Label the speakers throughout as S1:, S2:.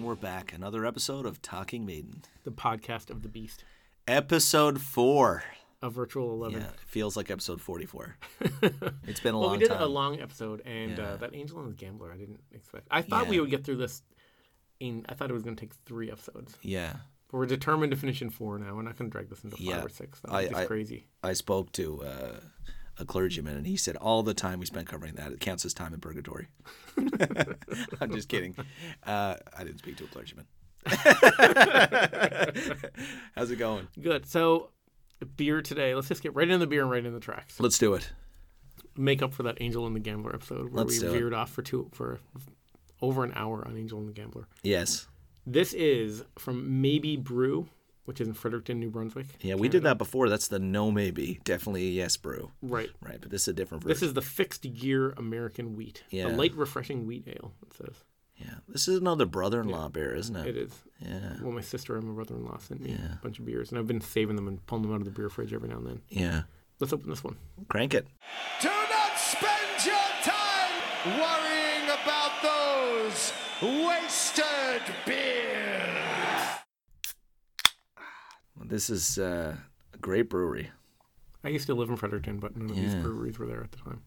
S1: we're back. Another episode of Talking Maiden.
S2: the podcast of the beast
S1: Episode four.
S2: of Virtual Eleven.
S1: Yeah, it feels like episode 44. it's been a
S2: Well,
S1: long
S2: we did
S1: time.
S2: a long episode, and uh, that Angel and the Gambler, I didn't expect. I thought we
S1: Yeah.
S2: would get through this. In I thought it was going to take three episodes,
S1: yeah.
S2: but we're determined to finish in four now. We're not going to drag this into five
S1: Yeah.
S2: or six.
S1: I-
S2: That's
S1: I-
S2: crazy.
S1: I spoke to uh, a clergyman and he said all the time we spent covering that it counts as time in purgatory. I'm just kidding. Uh, I didn't speak to a clergyman. How's it going?
S2: Good. So, beer today. Let's just get right in the beer and right in the tracks.
S1: Let's do it.
S2: Make up for that Angel and the Gambler episode where
S1: Let's
S2: we
S1: do it.
S2: veered off for two for over an hour on Angel and the Gambler.
S1: Yes.
S2: This is from Maybe Brew, which is in Fredericton, New Brunswick.
S1: Yeah, we did that before. That's the no maybe, definitely a yes brew.
S2: Right.
S1: Right, but this is a different version.
S2: This is the fixed gear American wheat.
S1: Yeah.
S2: A light, refreshing wheat ale, it says.
S1: yeah, this is another brother-in-law beer, isn't it?
S2: It is.
S1: Yeah,
S2: Well, my sister and my brother in law sent me a bunch of beers, and I've been saving them and pulling them out of the beer fridge every now and then.
S1: yeah.
S2: Let's open this one.
S1: Crank it.
S3: Do not spend your time worrying about those wasted beers.
S1: This is uh, a great brewery.
S2: I used to live in Fredericton, but none of these
S1: Yeah.
S2: breweries were there at the time.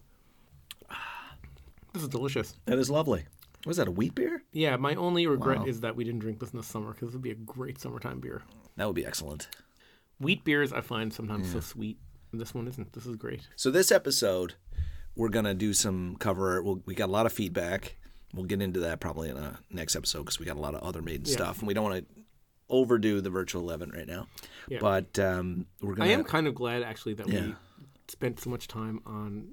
S2: This is delicious.
S1: That is lovely. Was that a wheat beer?
S2: Yeah, my only regret
S1: Wow.
S2: is that we didn't drink this in the summer because this would be a great summertime beer.
S1: That would be excellent.
S2: Wheat beers I find sometimes so sweet. and This one isn't. This is great.
S1: So this episode, we're gonna do some cover. We'll, we got a lot of feedback. We'll get into that probably in a next episode because we got a lot of other maiden stuff, and we don't want to overdo the virtual eleven right now.
S2: Yeah.
S1: But um, we're
S2: I
S1: gonna.
S2: am kind of glad actually that
S1: Yeah.
S2: we spent so much time on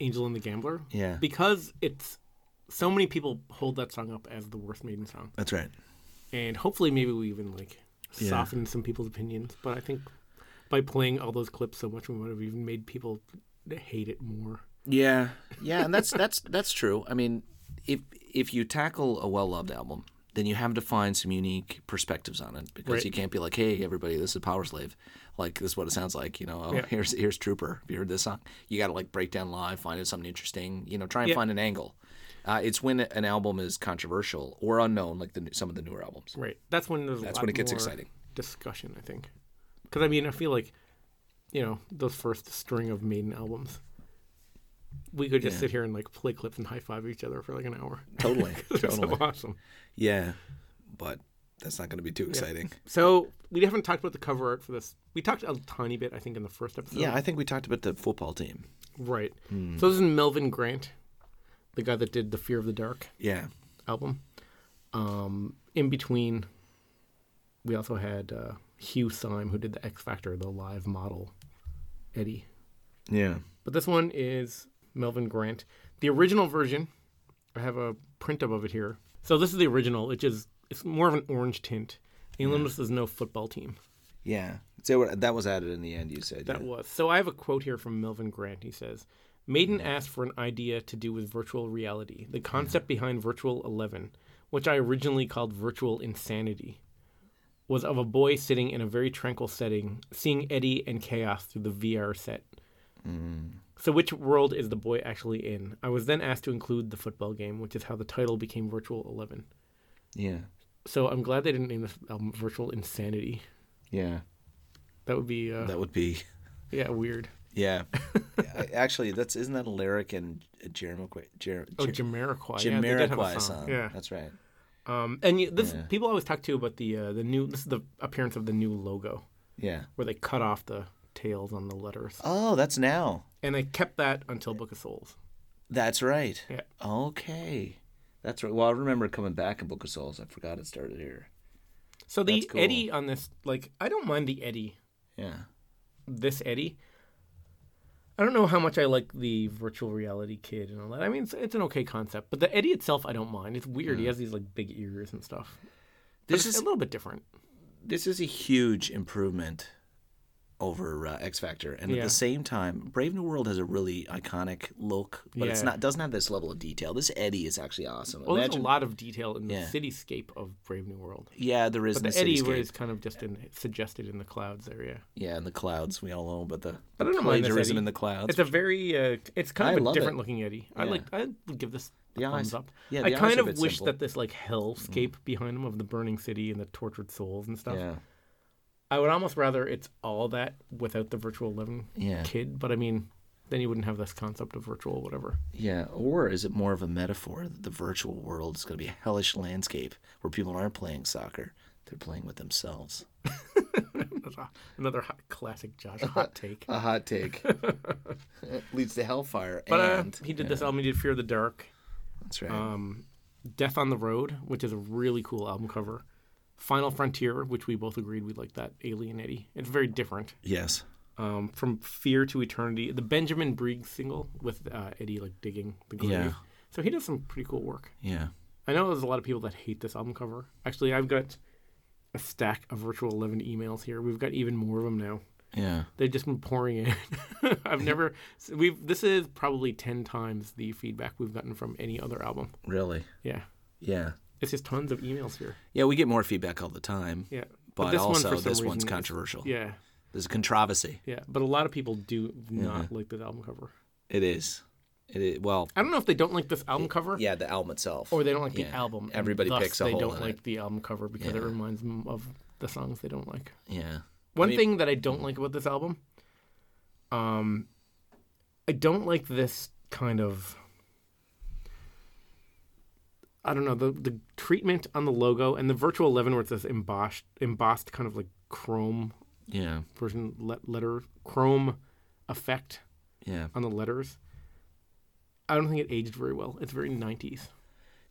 S2: Angel and the Gambler.
S1: Yeah.
S2: Because it's so many people hold that song up as the worst Maiden song.
S1: That's right.
S2: And hopefully maybe we even like soften some people's opinions, but I think by playing all those clips so much we would have even made people hate it more.
S1: Yeah, yeah, and that's that's that's true. I mean, if if you tackle a well loved album, then you have to find some unique perspectives on it because
S2: Right.
S1: you can't be like, hey, everybody, this is Power Slave, like this is what it sounds like, you know. Oh,
S2: Yeah.
S1: here's here's Trooper. Have you heard this song? You got to like break down live, find it something interesting, you know, try and
S2: Yeah.
S1: find an angle. Uh, it's when an album is controversial or unknown, like the new- some of the newer albums.
S2: Right. That's when there's a
S1: That's
S2: lot
S1: when it gets
S2: more
S1: exciting.
S2: Discussion, I think. Cuz I mean, I feel like you know, those first string of Maiden albums we could just sit here and like play clips and high five each other for like an hour.
S1: Totally,
S2: so
S1: totally,
S2: awesome.
S1: yeah. But that's not going to be too exciting.
S2: So we haven't talked about the cover art for this. We talked a tiny bit, I think, in the first episode.
S1: Yeah, Hmm. I think we talked about the football team.
S2: Right. So this is Melvin Grant, the guy that did the Fear of the Dark
S1: Yeah,
S2: album. Um, in between, we also had uh, Hugh Syme, who did the X Factor, the live model Eddie.
S1: yeah.
S2: But this one is Melvin Grant. The original version, I have a print up of it here. So this is the original. It just it's more of an orange tint. And you'll notice there's no football team.
S1: Yeah. So what- that was added in the end, you said.
S2: That
S1: yeah.
S2: was. So I have a quote here from Melvin Grant. He says,
S1: Mm.
S2: Maiden asked for an idea to do with virtual reality, the concept behind Virtual 11, which I originally called Virtual Insanity. Was of a boy sitting in a very tranquil setting, seeing Eddie and chaos through the VR set.
S1: Mm.
S2: So, which world is the boy actually in? I was then asked to include the football game, which is how the title became Virtual 11.
S1: Yeah.
S2: So, I'm glad they didn't name this album Virtual Insanity.
S1: Yeah.
S2: That would be, uh,
S1: That would be.
S2: yeah, weird.
S1: Yeah. I- Actually, that's isn't that a lyric in a Jerimaquai? Jer-
S2: Oh,
S1: Jer-
S2: Jamiroquai. Yeah, they did have
S1: Jamiroquai
S2: a song.
S1: song.
S2: Yeah.
S1: That's right.
S2: Um, and you, this people always talk too about the uh, the new this is the appearance of the new logo
S1: Yeah.
S2: where they cut off the tails on the letters,
S1: Oh, that's now.
S2: and they kept that until Book of Souls.
S1: That's right.
S2: Yeah.
S1: Okay. That's right. Well, I remember coming back in Book of Souls. I forgot it started here.
S2: So the
S1: That's cool.
S2: Eddie on this, like, I don't mind the Eddie,
S1: Yeah.
S2: this Eddie. I don't know how much I like the virtual reality kid and all that. I mean, it's, it's an okay concept, but the Eddie itself, I don't mind. It's weird. He has these like big ears and stuff.
S1: Mm.
S2: But
S1: This
S2: it's
S1: is
S2: a little bit different.
S1: this is a huge improvement over uh, X Factor, and at
S2: Yeah.
S1: the same time, Brave New World has a really iconic look, but it's
S2: Yeah.
S1: not doesn't have this level of detail. This Eddie is actually awesome.
S2: Well, there's a
S1: Imagine-
S2: lot of detail in the
S1: Yeah.
S2: cityscape of Brave New World.
S1: yeah, there is
S2: The,
S1: in the
S2: Eddie
S1: cityscape.
S2: was kind of just in, suggested in the clouds area.
S1: Yeah, in the clouds, we all know, but the,
S2: I don't
S1: the
S2: know mind this
S1: plagiarism
S2: Eddie.
S1: in the clouds.
S2: It's a very, uh, it's kind
S1: I
S2: of a
S1: love it.
S2: different looking Eddie. I
S1: Yeah.
S2: like, I would give this a
S1: The
S2: thumbs
S1: eyes-
S2: up.
S1: yeah,
S2: I
S1: the eyes
S2: kind
S1: are a
S2: of
S1: bit
S2: wish
S1: simple. Mm.
S2: that this like hellscape behind him of the burning city and the tortured souls and stuff.
S1: yeah,
S2: I would almost rather it's all that without the virtual living
S1: Yeah.
S2: kid, but I mean, then you wouldn't have this concept of virtual whatever.
S1: yeah. Or is it more of a metaphor that the virtual world is going to be a hellish landscape where people aren't playing soccer; they're playing with themselves?
S2: Another hot, classic Josh hot take.
S1: A hot take leads to hellfire,
S2: But uh, um,
S1: and
S2: he did this album. He did Fear the Dark,
S1: that's right.
S2: Death on the Road, which is a really cool album cover. Final Frontier, which we both agreed we liked that Alien Eddie. It's very different.
S1: yes,
S2: um, from Fear to Eternity, the Benjamin Briggs single with uh, Eddie like digging the grave.
S1: Yeah.
S2: So he does some pretty cool work.
S1: yeah.
S2: I know there's a lot of people that hate this album cover. Actually, I've got a stack of Virtual Eleven emails here. We've got even more of them now.
S1: Yeah.
S2: They've just been pouring in. I've never we've this is probably ten times the feedback we've gotten from any other album.
S1: Really.
S2: Yeah,
S1: Yeah.
S2: it's just tons of emails here.
S1: Yeah. We get more feedback all the time.
S2: Yeah,
S1: But, also, this one's
S2: reason is-
S1: controversial.
S2: Yeah,
S1: There's a controversy.
S2: yeah, but a lot of people do not
S1: Mm-hmm.
S2: like this album cover.
S1: It is. It is. Well,
S2: I don't know if they don't like this album cover.
S1: yeah, the album itself.
S2: or they don't like
S1: Yeah.
S2: the album. and
S1: Everybody
S2: thus
S1: picks a
S2: they
S1: hole
S2: don't
S1: in
S2: like
S1: it.
S2: the album cover because it
S1: Yeah.
S2: reminds them of the songs they don't like.
S1: yeah.
S2: One thing that I don't like about this album, um, I don't like this kind of. I don't know the the treatment on the logo and the Virtual Eleven where it says embossed embossed kind of like chrome
S1: Yeah.
S2: version let, letter chrome effect
S1: Yeah.
S2: on the letters. I don't think it aged very well. It's very nineties.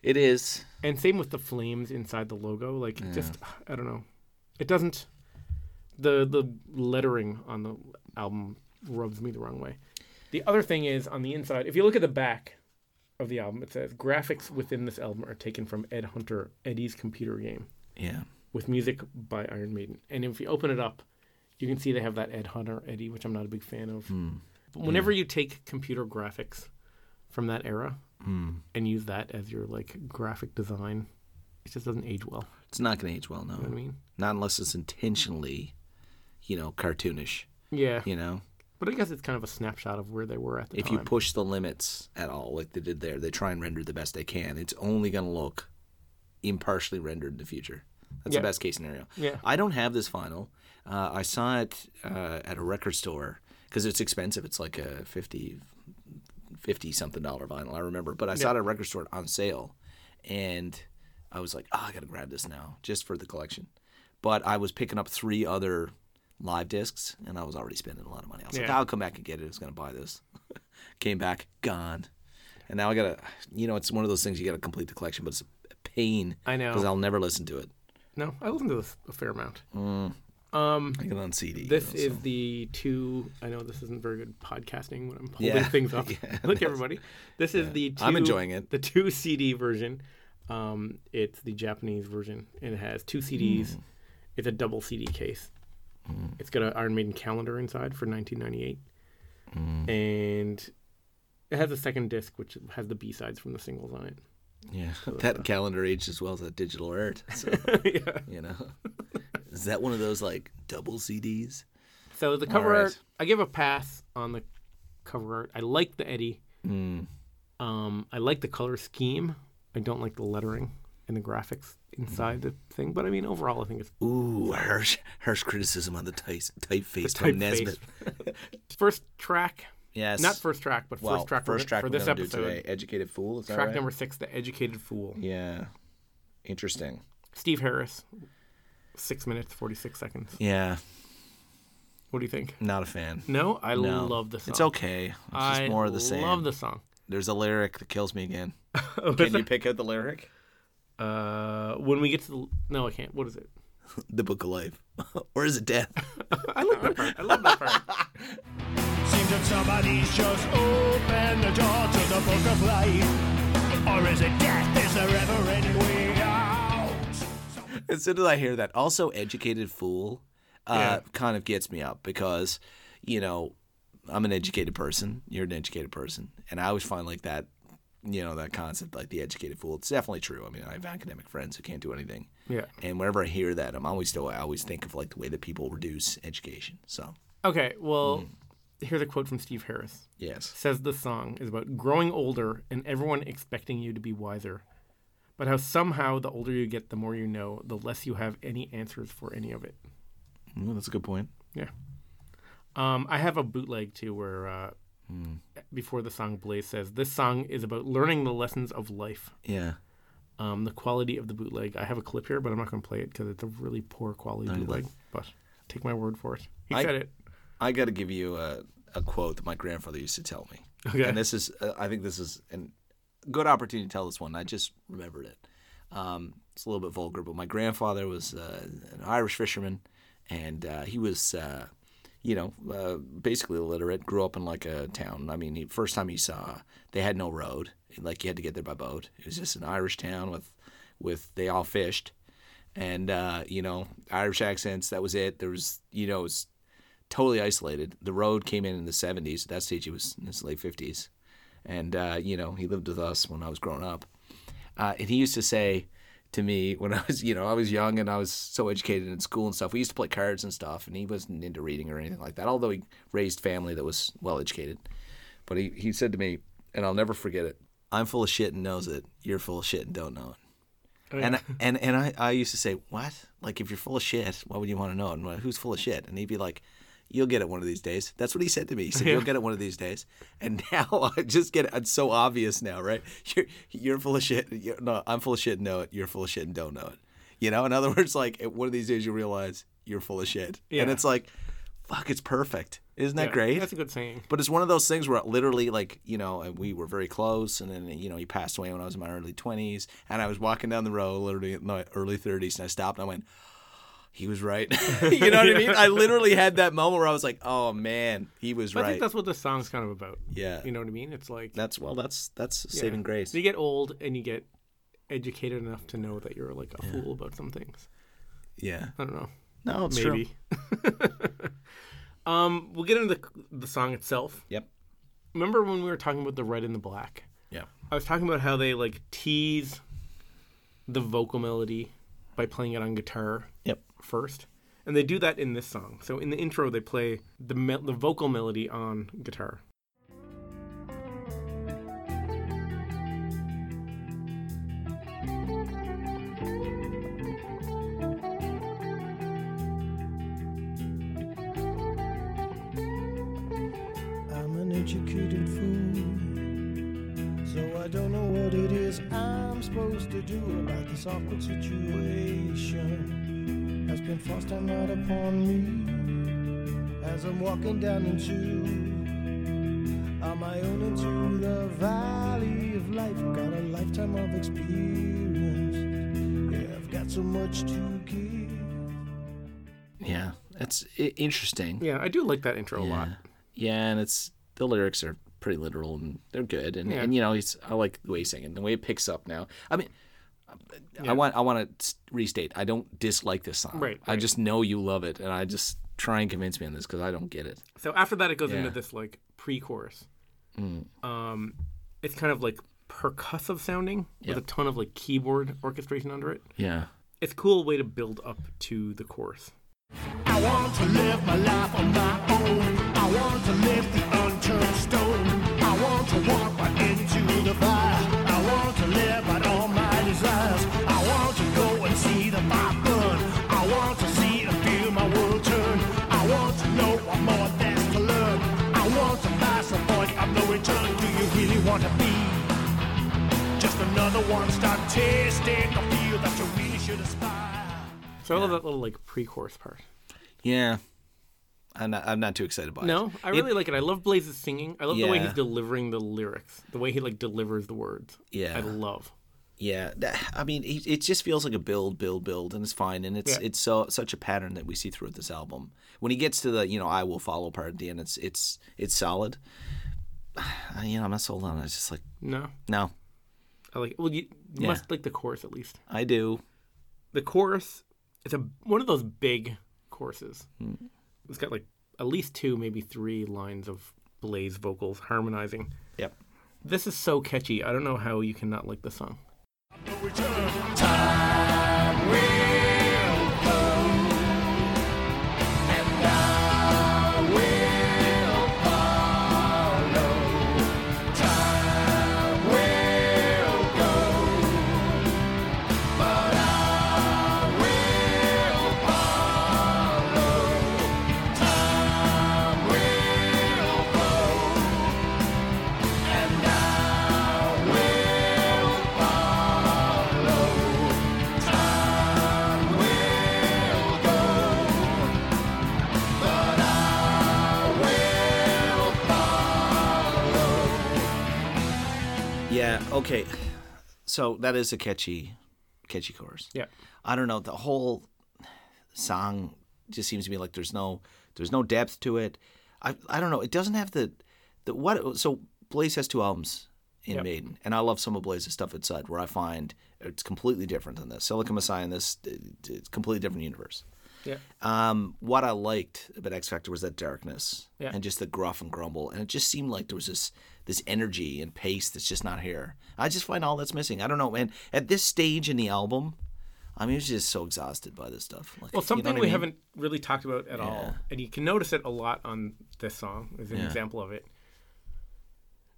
S1: It is.
S2: And same with the flames inside the logo. Like it just I don't know. It doesn't the the lettering on the album rubs me the wrong way. The other thing is on the inside, if you look at the back of the album, it says graphics within this album are taken from Ed Hunter, Eddie's computer game,
S1: Yeah.
S2: with music by Iron Maiden. And if you open it up, you can see they have that Ed Hunter Eddie, which I'm not a big fan of.
S1: Hmm.
S2: But whenever you take computer graphics from that era
S1: Hmm.
S2: and use that as your like graphic design, it just doesn't age well.
S1: It's not going to age well, no.
S2: You know what I mean?
S1: Not unless it's intentionally, you know, cartoonish,
S2: Yeah.
S1: you know?
S2: But I guess it's kind of a snapshot of where they were at the
S1: If
S2: time.
S1: you push the limits at all, like they did there, they try and render the best they can. It's only going to look impartially rendered in the future. That's
S2: Yeah.
S1: the best case scenario.
S2: Yeah.
S1: I don't have this vinyl. Uh, I saw it uh, at a record store because it's expensive. It's like a 50, 50 something dollar vinyl, I remember. But I saw it at a record store on sale and I was like, oh, I got to grab this now just for the collection. But I was picking up three other live discs and I was already spending a lot of money. I was like,
S2: Yeah.
S1: I'll come back and get it. I was going to buy this. Came back, gone. And now I got to, you know, it's one of those things you got to complete the collection, but it's a pain.
S2: I know.
S1: Because I'll never listen to it.
S2: no, I listened to this a fair amount.
S1: Hmm.
S2: Um,
S1: I get it on CD. you
S2: This
S1: know,
S2: is the two. I know this isn't very good podcasting when I'm holding
S1: Yeah.
S2: things up. like everybody, this is the. Two,
S1: I'm enjoying it.
S2: The two CD version. Um, it's the Japanese version, and it has two CDs.
S1: Hmm.
S2: It's a double CD case. It's got an Iron Maiden calendar inside for 1998,
S1: Hmm.
S2: and it has a second disc which has the B sides from the singles on it.
S1: Yeah, that calendar aged as well as that digital art. So, you know, is that one of those like double CDs?
S2: So the cover
S1: right.
S2: art, I give a pass on the cover art. I like the Eddie.
S1: Hmm.
S2: Um, I like the color scheme. I don't like the lettering and the graphics inside the thing. But I mean, overall, I think it's
S1: Ooh, harsh, harsh criticism on the type, typeface
S2: typeface.
S1: from Nesbitt.
S2: first track.
S1: Yes,
S2: Not first track, but
S1: Well,
S2: first track, we're- for
S1: we're
S2: this
S1: gonna do
S2: episode.
S1: today. Educated fool. Is that
S2: Track
S1: right?
S2: number six, The Educated Fool.
S1: Yeah, interesting.
S2: Steve Harris, six minutes, 46 seconds.
S1: Yeah,
S2: What do you think?
S1: not a fan.
S2: No, I
S1: No.
S2: love the song.
S1: It's okay. It's just
S2: I
S1: more of the same.
S2: love the song.
S1: There's a lyric that kills me again. Can you pick out the lyric?
S2: Uh, when we get to the. No, I can't. What is it?
S1: The Book of Life, or is it death?
S2: I like that part. I love that part.
S4: Seems that somebody's just opened the door to the book of life. Or is it death? Is there ever any way out?
S1: As soon as I hear that, also educated fool, uh,
S2: Yeah.
S1: kind of gets me up because, you know, I'm an educated person. You're an educated person, and I always find like that, you know, that concept like the educated fool. It's definitely true. I mean, I have academic friends who can't do anything.
S2: Yeah.
S1: And whenever I hear that, I'm always still I always think of like the way that people reduce education. So
S2: Okay, well, here's a quote from Steve Harris.
S1: yes,
S2: Says the song is about growing older and everyone expecting you to be wiser, but how somehow the older you get, the more you know, the less you have any answers for any of it.
S1: Mm, that's a good point.
S2: Yeah. Um, I have a bootleg too, where uh, before the song Blaze says this song is about learning the lessons of life.
S1: Yeah.
S2: Um, the quality of the bootleg. I have a clip here, but I'm not going to play it because it's a really poor quality bootleg. But take my word for it. He
S1: I-
S2: said it.
S1: I got to give you a, a quote that my grandfather used to tell me.
S2: Okay.
S1: And this is, uh, I think this is an good opportunity to tell this one. I just remembered it. Um, it's a little bit vulgar, but my grandfather was uh, an Irish fisherman, and uh, he was, uh, you know, uh, basically illiterate. Grew up in like a town. I mean, he, first time he saw, they had no road. Like you had to get there by boat. It was just an Irish town with, with they all fished, and uh, you know, Irish accents. That was it. There was, you know, it was totally isolated. The road came in in the 70s. At that stage, he was in his late 50s. And, uh, you know, he lived with us when I was growing up. Uh, and he used to say to me when I was, you know, I was young and I was so educated in school and stuff. We used to play cards and stuff, and he wasn't into reading or anything like that, although he raised family that was well educated. But he, he said to me, and I'll never forget it I'm full of shit and knows it. You're full of shit and don't know it.
S2: Oh,
S1: And and and I, I used to say, what? Like if you're full of shit, why would you want to know? it? And who's full of shit? And he'd be like, you'll get it one of these days. That's what he said to me. He said, you'll get it one of these days. And now I just get it. It's so obvious now, right? You're you're full of shit. You're, no, I'm full of shit. and Know it. You're full of shit and don't know it. You know. In other words, like at one of these days you realize you're full of shit. And
S2: Yeah.
S1: it's like, fuck, it's perfect. Isn't that
S2: Yeah,
S1: great?
S2: That's a good saying.
S1: But it's one of those things where literally, like, you know, and we were very close. And then, you know, he passed away when I was in my early 20s. And I was walking down the road, literally in my early 30s. And I stopped and I went, he was right. you know what I mean? I literally had that moment where I was like, oh, man, he was
S2: But I
S1: right.
S2: think that's what the song's kind of about.
S1: Yeah.
S2: You know what I mean? It's like
S1: That's, well, that's that's saving grace.
S2: you get old and you get educated enough to know that you're like a fool about some things.
S1: Yeah.
S2: I don't know.
S1: No, it's true.
S2: Maybe. um, we'll get into the, the song itself.
S1: Yep.
S2: Remember when we were talking about the red and the black?
S1: Yeah.
S2: I was talking about how they like tease the vocal melody by playing it on guitar
S1: Yep.
S2: first. And they do that in this song. So in the intro, they play the me- the vocal melody on guitar.
S5: I'm an educated fool. So I don't know what it is I'm supposed to do about this awkward situation that's been forced down out upon me as I'm walking down into on my own into the valley of life. I've got a lifetime of experience. Yeah, I've got so much to give.
S1: Yeah. That's i- interesting.
S2: Yeah, I do like that intro a lot.
S1: Yeah, and it's the lyrics are pretty literal and they're good. And,
S2: Yeah.
S1: and you know, he's I like the way he's singing, the way it picks up now. I mean, I want I want to restate. I don't dislike this song.
S2: Right,
S1: I just know you love it, and I just try and convince me on this because I don't get it.
S2: So after that, it goes into
S1: Yeah.
S2: this like pre-chorus. Um, it's kind of like percussive sounding with a ton of like keyboard orchestration under it.
S1: Yeah.
S2: It's a cool way to build up to the chorus.
S4: I want to live my life on my own. I want to lift the unturned stone. I want to walk right into the fire. I want to live out all my desires. I want to go and see the fire burn. I want to see and feel my world turn. I want to know what more there's to learn. I want to pass the point of no return. Do you really want to be just another one? Start tasting the feel that you really should aspire.
S2: So I love that little like pre-chorus part.
S1: Yeah. I'm not, I'm not too excited by it.
S2: No, I really like it. I love Blaze's singing. I love the way he's
S1: Yeah.
S2: delivering the lyrics, the way he like delivers the words.
S1: Yeah.
S2: I love.
S1: Yeah, that- I mean, it, it just feels like a build, build, build, and it's fine, and it's
S2: Yeah.
S1: it's so such a pattern that we see throughout this album. When he gets to the you know I will follow part at the end, it's it's it's solid. Uh, You know, I'm not sold on it. It's just like
S2: No,
S1: no,
S2: I like. It. Well, you you must like the chorus at least.
S1: I do.
S2: The chorus, it's a one of those big courses. It's got like at least two, maybe three lines of Blaze vocals harmonizing.
S1: Yep.
S2: This is so catchy. I don't know how you cannot like the song.
S1: Yeah. Okay. So that is a catchy, catchy chorus.
S2: Yeah.
S1: I don't know. The whole song just seems to me like there's no there's no depth to it. I I don't know. It doesn't have the the what. So Blaze has two albums in
S2: Yep.
S1: Maiden, and I love some of Blaze's stuff inside where I find it's completely different than this. Silicon Messiah and this it- it's a completely different universe.
S2: Yeah.
S1: Um, what I liked about X Factor was that darkness
S2: Yeah.
S1: and just the gruff and grumble, and it just seemed like there was this this energy and pace that's just not here. I just find all that's missing. I don't know, man. At this stage in the album, I mean, it's just so exhausted by this stuff. Like, you
S2: Well,
S1: know
S2: something
S1: what I
S2: we
S1: mean?
S2: haven't really talked about at all, and you can notice it a lot on this song, is an example of it.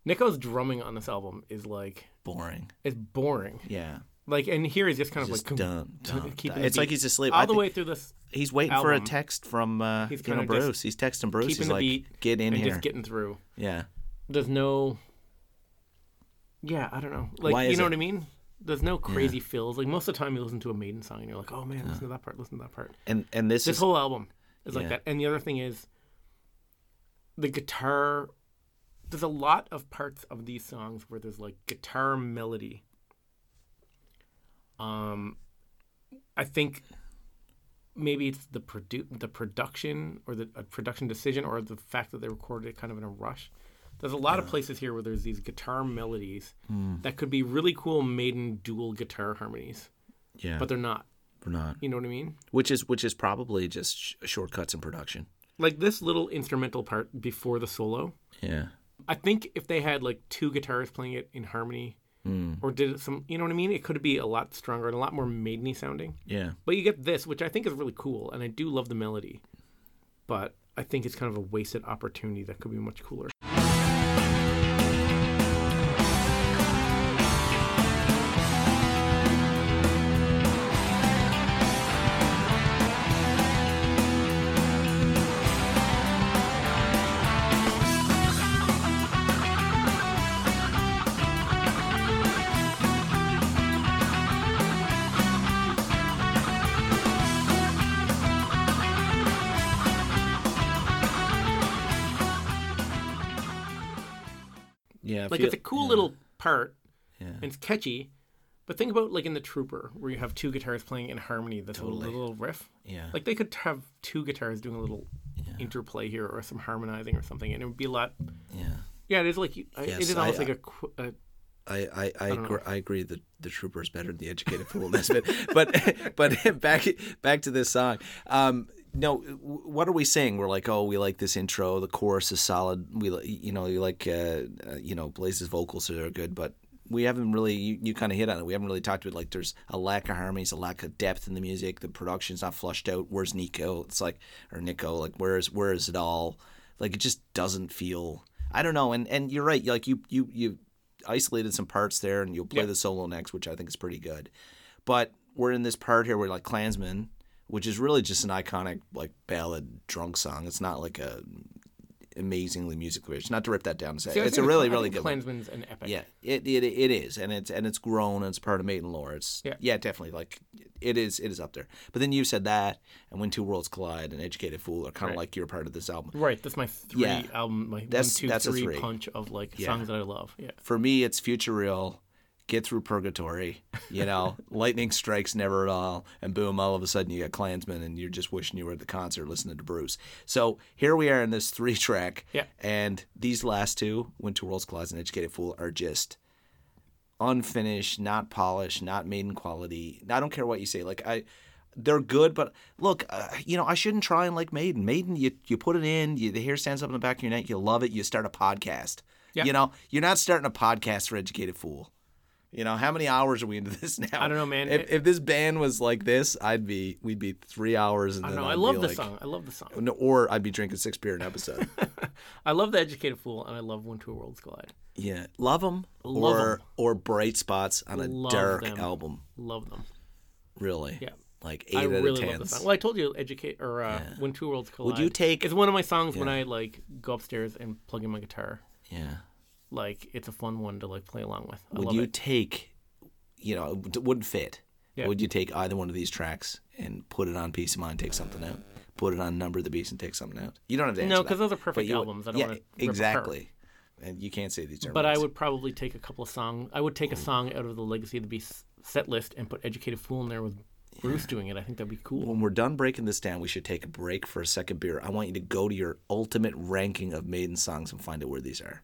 S2: Nico's drumming on this album is like
S1: boring.
S2: it's boring.
S1: Yeah,
S2: Like, and here he's just kind
S1: just
S2: of like
S1: done. done,
S2: keeping
S1: done.
S2: the
S1: It's like
S2: beat
S1: he's asleep.
S2: all
S1: I
S2: the
S1: think
S2: way through this,
S1: He's waiting for a
S2: album.
S1: text from uh,
S2: He's
S1: you know
S2: kinda just
S1: Bruce. He's texting Bruce.
S2: keeping
S1: He's
S2: the
S1: like,
S2: beat,
S1: "Get in
S2: and
S1: here."
S2: just getting through.
S1: yeah,
S2: There's no, yeah, I don't know. Like,
S1: Why
S2: you
S1: is
S2: know
S1: it-
S2: what I mean? There's no crazy fills. Like most of the time, you listen to a Maiden song, and you're like, oh man, listen to that part, listen to that part.
S1: and and this,
S2: This
S1: is
S2: whole album is like
S1: Yeah.
S2: that. And the other thing is, the guitar. There's a lot of parts of these songs where there's like guitar melody. Um, I think maybe it's the produ- the production or the a production decision or the fact that they recorded it kind of in a rush. There's a lot of places here where there's these guitar melodies that could be really cool maiden dual guitar harmonies,
S1: yeah,
S2: but
S1: but
S2: they're not.
S1: they're not.
S2: You know what I mean?
S1: Which is which is probably just sh- shortcuts in production.
S2: like this little instrumental part before the solo.
S1: Yeah.
S2: I think if they had like two guitars playing it in harmony,
S1: Hmm.
S2: or did it some, you know what I mean? It could be a lot stronger and a lot more maideny sounding.
S1: Yeah.
S2: But you get this, which I think is really cool, and I do love the melody. But I think it's kind of a wasted opportunity that could be much cooler.
S1: Yeah. I
S2: Like
S1: feel-
S2: it's a cool little part, and it's catchy. But think about like in the Trooper, where you have two guitars playing in harmony. This little-
S1: Totally.
S2: little, riff.
S1: Yeah.
S2: Like they could have two guitars doing a little interplay here, or some harmonizing or something, and it would be a lot.
S1: yeah.
S2: Yeah, it is like you- I-
S1: Yes,
S2: it is
S1: I- uh,
S2: almost
S1: I-
S2: like a, qu- uh, a
S1: I I, I, agree, I agree that the trooper is better than the educated fool. That's it. But but back back to this song. Um, no, w- what are we saying? We're like, oh, we like this intro. The chorus is solid. We li- you know you like uh, uh, you know Blaze's vocals are good, but we haven't really you, you kind of hit on it. We haven't really talked about like there's a lack of harmonies, a lack of depth in the music. The production's not flushed out. Where's Nico? It's like or Nico like where is where is it all? Like it just doesn't feel. I don't know. And and you're right. Like you you you isolated some parts there, and you'll play the solo next, which I think is pretty good. But we're in this part here where like Klansman, which is really just an iconic like ballad drunk song. It's not like a amazingly musically rich. Not to rip that down and say
S2: See, I
S1: it's a
S2: think
S1: really
S2: Cl- I
S1: really
S2: think
S1: good. one.
S2: Klansman's an epic.
S1: Yeah, it, it it is, and it's and it's grown, and it's part of Maiden lore. It's
S2: Yeah.
S1: definitely. Like it is, it is up there. But then you said that, and when two worlds collide, and Educated Fool are kind of
S2: Right.
S1: like your part of this album.
S2: Right, that's my three
S1: Yeah.
S2: album, my
S1: That's-
S2: one, two,
S1: that's a
S2: three
S1: three.
S2: punch of like
S1: Yeah.
S2: songs that I love. Yeah,
S1: for me, it's Future Real, Get Through Purgatory, you know, Lightning Strikes Never at All, and boom, all of a sudden you got Klansmen and you're just wishing you were at the concert listening to Bruce. So here we are in this three track,
S2: Yeah.
S1: and these last two, When Two Worlds Collide and Educated Fool, are just unfinished, not polished, not maiden quality. I don't care what you say. Like I, they're good, but look, uh, you know, I shouldn't try and like Maiden. Maiden, you you put it in, you, the hair stands up in the back of your neck, you love it, you start a podcast.
S2: Yeah.
S1: You know, you're not starting a podcast for Educated Fool. You know, how many hours are we into this now?
S2: I don't know, man.
S1: If, if this band was like this, I'd be we'd be three hours. And
S2: I
S1: then
S2: don't know. I
S1: I'd
S2: love
S1: be
S2: the
S1: like-
S2: song. I love the song.
S1: No, or I'd be drinking six beer an episode.
S2: I love the Educated Fool, and I love When Two Worlds Collide.
S1: yeah, love them
S2: Love
S1: or
S2: 'em.
S1: or bright spots on a
S2: Love
S1: dark
S2: them.
S1: album.
S2: Love them.
S1: Really,
S2: Yeah.
S1: like eight
S2: I
S1: out
S2: really
S1: of
S2: love the
S1: tens.
S2: song. Well, I told you, educate or uh, when two worlds collide.
S1: you take-
S2: It's one of my songs when
S1: Yeah.
S2: I like go upstairs and plug in my guitar.
S1: yeah.
S2: Like it's a fun one to like play along with. I
S1: Would
S2: love
S1: you
S2: it.
S1: take, you know, it d- wouldn't fit.
S2: Yeah.
S1: Would you take either one of these tracks and put it on Peace of Mind, take something out? Put it on Number of the Beast and take something out? You don't have to answer
S2: No, 'cause
S1: that,
S2: those are
S1: but
S2: perfect
S1: you would-
S2: albums. I don't
S1: yeah,
S2: wanna rip apart.
S1: exactly. And you can't say these are.
S2: But I would probably take a couple of songs. I would take a
S1: Hmm.
S2: song out of the Legacy of the Beast set list and put Educated Fool in there with Bruce doing it. I think that'd be cool.
S1: When we're done breaking this down, we should take a break for a second beer. I want you to go to your ultimate ranking of Maiden songs and find out where these are.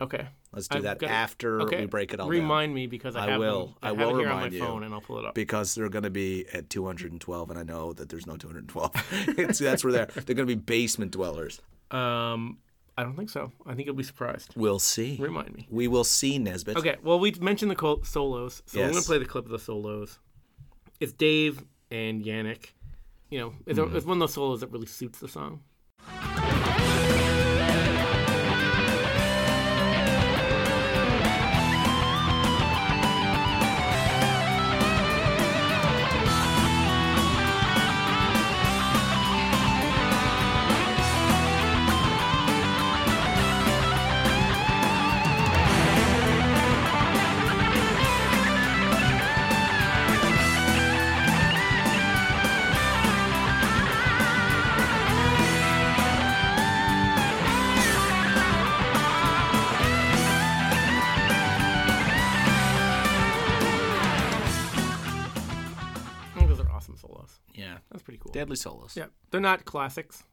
S2: Okay.
S1: Let's do
S2: I've
S1: that
S2: got it.
S1: after
S2: Okay.
S1: we break it all down.
S2: Remind me because I,
S1: I
S2: have them-
S1: will.
S2: I,
S1: I
S2: have
S1: will
S2: it here on
S1: remind
S2: my
S1: you.
S2: phone and I'll pull it up.
S1: because they're going to be at 212, and I know that there's no 212. it's, that's where they're. They're going to be basement dwellers.
S2: Um, I don't think so. I think you'll be surprised.
S1: We'll see.
S2: Remind me.
S1: We will see, Nesbitt.
S2: Okay, well, we mentioned the col- solos, so I'm going
S1: Yes.
S2: to play the clip of the solos. It's Dave and Yannick. You know, it's,
S1: Mm-hmm.
S2: a- it's one of those solos that really suits the song. I think those are awesome solos.
S1: Yeah.
S2: That's pretty cool.
S1: Deadly Solos.
S2: Yeah, they're not classics,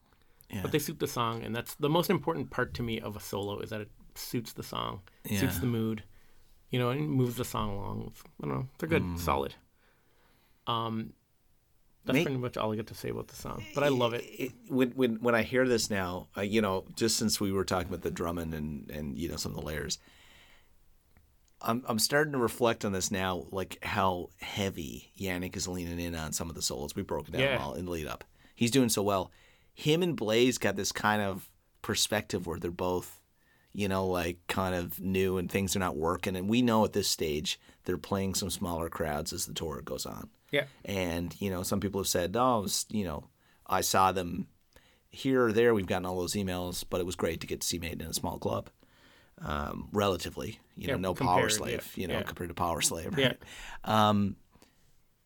S1: Yeah.
S2: but they suit the song, and that's the most important part to me of a solo is that it suits the song,
S1: Yeah.
S2: suits the mood, you know, and moves the song along. It's- I don't know, they're good,
S1: Mm.
S2: solid. Um, that's
S1: Make-
S2: pretty much all I get to say about the song, but I love it.
S1: It, when, when when I hear this now, uh, you know, just since we were talking about the Drummond and and you know some of the layers, I'm I'm starting to reflect on this now, like how heavy Yannick is leaning in on some of the solos. We broke it down
S2: Yeah.
S1: all in the lead up. He's doing so well. Him and Blaze got this kind of perspective where they're both, you know, like kind of new and things are not working. And we know at this stage they're playing some smaller crowds as the tour goes on.
S2: Yeah.
S1: And, you know, some people have said, oh, it was, you know, I saw them here or there. We've gotten all those emails, but it was great to get to see Maiden in a small club, um, relatively. You know,
S2: Yeah,
S1: no power
S2: compared,
S1: slave,
S2: yeah,
S1: you know,
S2: yeah.
S1: compared to power slave.
S2: Yeah.
S1: Right? Um,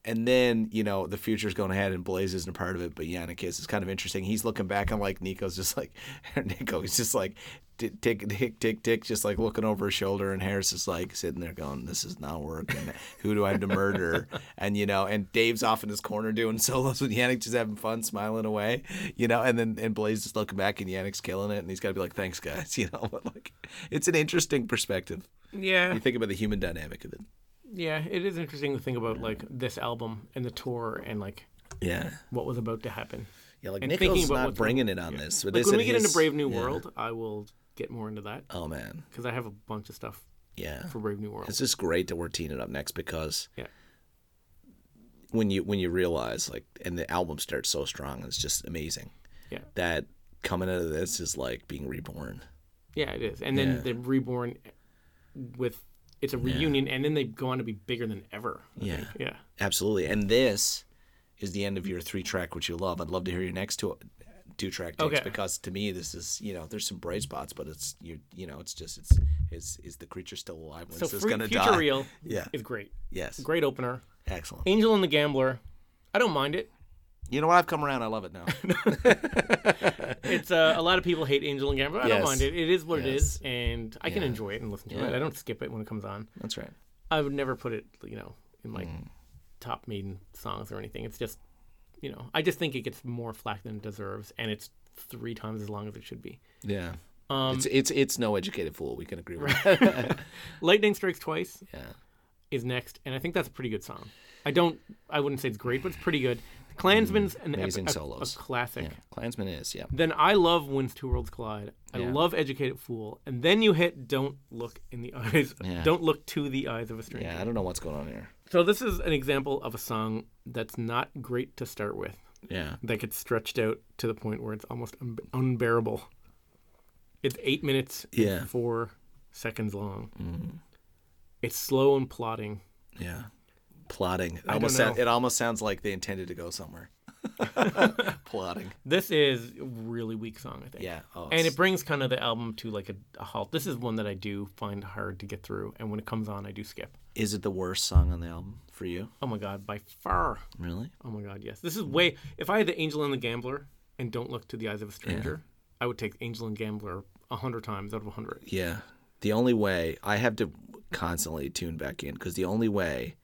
S1: And then, you know, the future's going ahead and Blaze isn't a part of it, but Yannick is. It's kind of interesting. He's looking back and like Nico's just like, Nico is just like, tick, tick, tick, tick, tick, just like looking over his shoulder. And Harris is like sitting there going, this is not working. Who do I have to murder? And, you know, and Dave's off in his corner doing solos with Yannick, just having fun, smiling away, you know, and then, and Blaze is looking back and Yannick's killing it. And he's got to be like, thanks, guys, you know, but like, it's an interesting perspective.
S2: Yeah,
S1: You think about the human dynamic of it.
S2: Yeah, it is interesting to think about like this album and the tour and like
S1: Yeah.
S2: what was about to happen.
S1: Yeah, like
S2: And
S1: Nico's
S2: thinking about
S1: not
S2: what's-
S1: bringing it on this. But
S2: Like
S1: this
S2: when we
S1: is
S2: get into
S1: his-
S2: Brave New
S1: yeah.
S2: World, I will get more into that
S1: Oh man,
S2: because I have a bunch of stuff
S1: yeah.
S2: for Brave New World.
S1: It's just great that we're teeing it up next because
S2: Yeah.
S1: when you when you realize like, and the album starts so strong, it's just amazing
S2: Yeah,
S1: that coming out of this is like being reborn.
S2: yeah, it is. And then
S1: Yeah.
S2: the reborn with it's a reunion, and then they go on to be bigger than ever. I
S1: Yeah.
S2: think. yeah.
S1: Absolutely, and this is the end of your three track, which you love. I'd love to hear your next two two track takes
S2: Okay.
S1: because to me this is you know there's some bright spots, but it's you you know it's just it's is is the creature still alive? When
S2: So
S1: is this
S2: Free-
S1: gonna
S2: Future
S1: die?
S2: Real
S1: Yeah.
S2: is great,
S1: Yes.
S2: great opener.
S1: Excellent.
S2: Angel and the Gambler, I don't mind it.
S1: You know what? I've come around. I love it now.
S2: It's uh, a lot of people hate Angel and Gambler. I
S1: Yes.
S2: don't mind it. It is what it
S1: Yes.
S2: is, and I can enjoy it and listen to it. I don't skip it when it comes on.
S1: That's right.
S2: I would never put it, you know, in my
S1: Mm.
S2: top maiden songs or anything. It's just, you know, I just think it gets more flack than it deserves, and it's three times as long as it should be.
S1: Yeah. it's, it's it's no educated fool. We can agree with that.
S2: Lightning Strikes Twice
S1: Yeah.
S2: is next, and I think that's a pretty good song. I don't, I wouldn't say it's great, but it's pretty good. Klansman's an epic-
S1: Amazing
S2: a-
S1: Mm, solos.
S2: a classic.
S1: Yeah, Klansman is. Yeah.
S2: Then I love When Two Worlds Collide. I
S1: Yeah.
S2: love Educated Fool. And then you hit Don't Look in the Eyes.
S1: Yeah.
S2: Don't Look to the Eyes of a Stranger.
S1: Yeah. I don't know what's going on here.
S2: So this is an example of a song that's not great to start with.
S1: Yeah.
S2: That gets stretched out to the point where it's almost un- unbearable. It's eight minutes and
S1: Yeah. Mm-hmm.
S2: four seconds long. It's slow and plodding.
S1: Yeah. Plotting. It
S2: don't
S1: almost sound,
S2: know.
S1: it almost sounds like they intended to go somewhere. Plotting.
S2: This is a really weak song, I think.
S1: Yeah. Oh,
S2: and
S1: it's-
S2: it brings kind of the album to like a, a halt. This is one that I do find hard to get through, and when it comes on, I do skip.
S1: Is it the worst song on the album for you?
S2: Oh my god, by far.
S1: Really?
S2: Oh my god, yes. This is way. If I had the Angel and the Gambler and Don't Look to the Eyes of a Stranger, I would take Angel and Gambler a hundred times out of a hundred.
S1: Yeah. The only way I have to constantly tune back in because the only way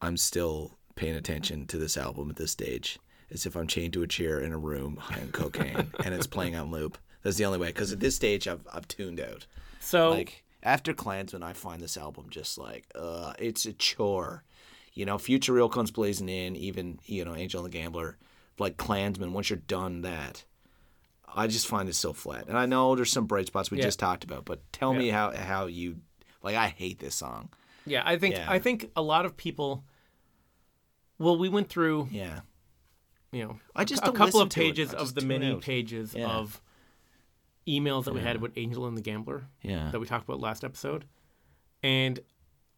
S1: I'm still paying attention to this album at this stage is if I'm chained to a chair in a room high on cocaine and it's playing on loop. That's the only way because at this stage I've I've tuned out.
S2: So
S1: Like after Klansman, I find this album just like uh, it's a chore. You know, Future Real comes blazing in, even you know Angel and the Gambler, like Klansman. Once you're done that, I just find it so flat. And I know there's some bright spots we
S2: Yeah.
S1: just talked about, but tell me how how you like. I hate this song.
S2: yeah, I think
S1: Yeah.
S2: I think a lot of people. Well, we went through
S1: Yeah,
S2: you know
S1: I
S2: a-
S1: just
S2: a
S1: don't
S2: couple
S1: listen
S2: of
S1: to it.
S2: pages
S1: I
S2: of
S1: just
S2: the
S1: tune
S2: many
S1: out.
S2: pages
S1: Yeah.
S2: of emails that we had with Angel and the Gambler
S1: yeah,
S2: that we talked about last episode, and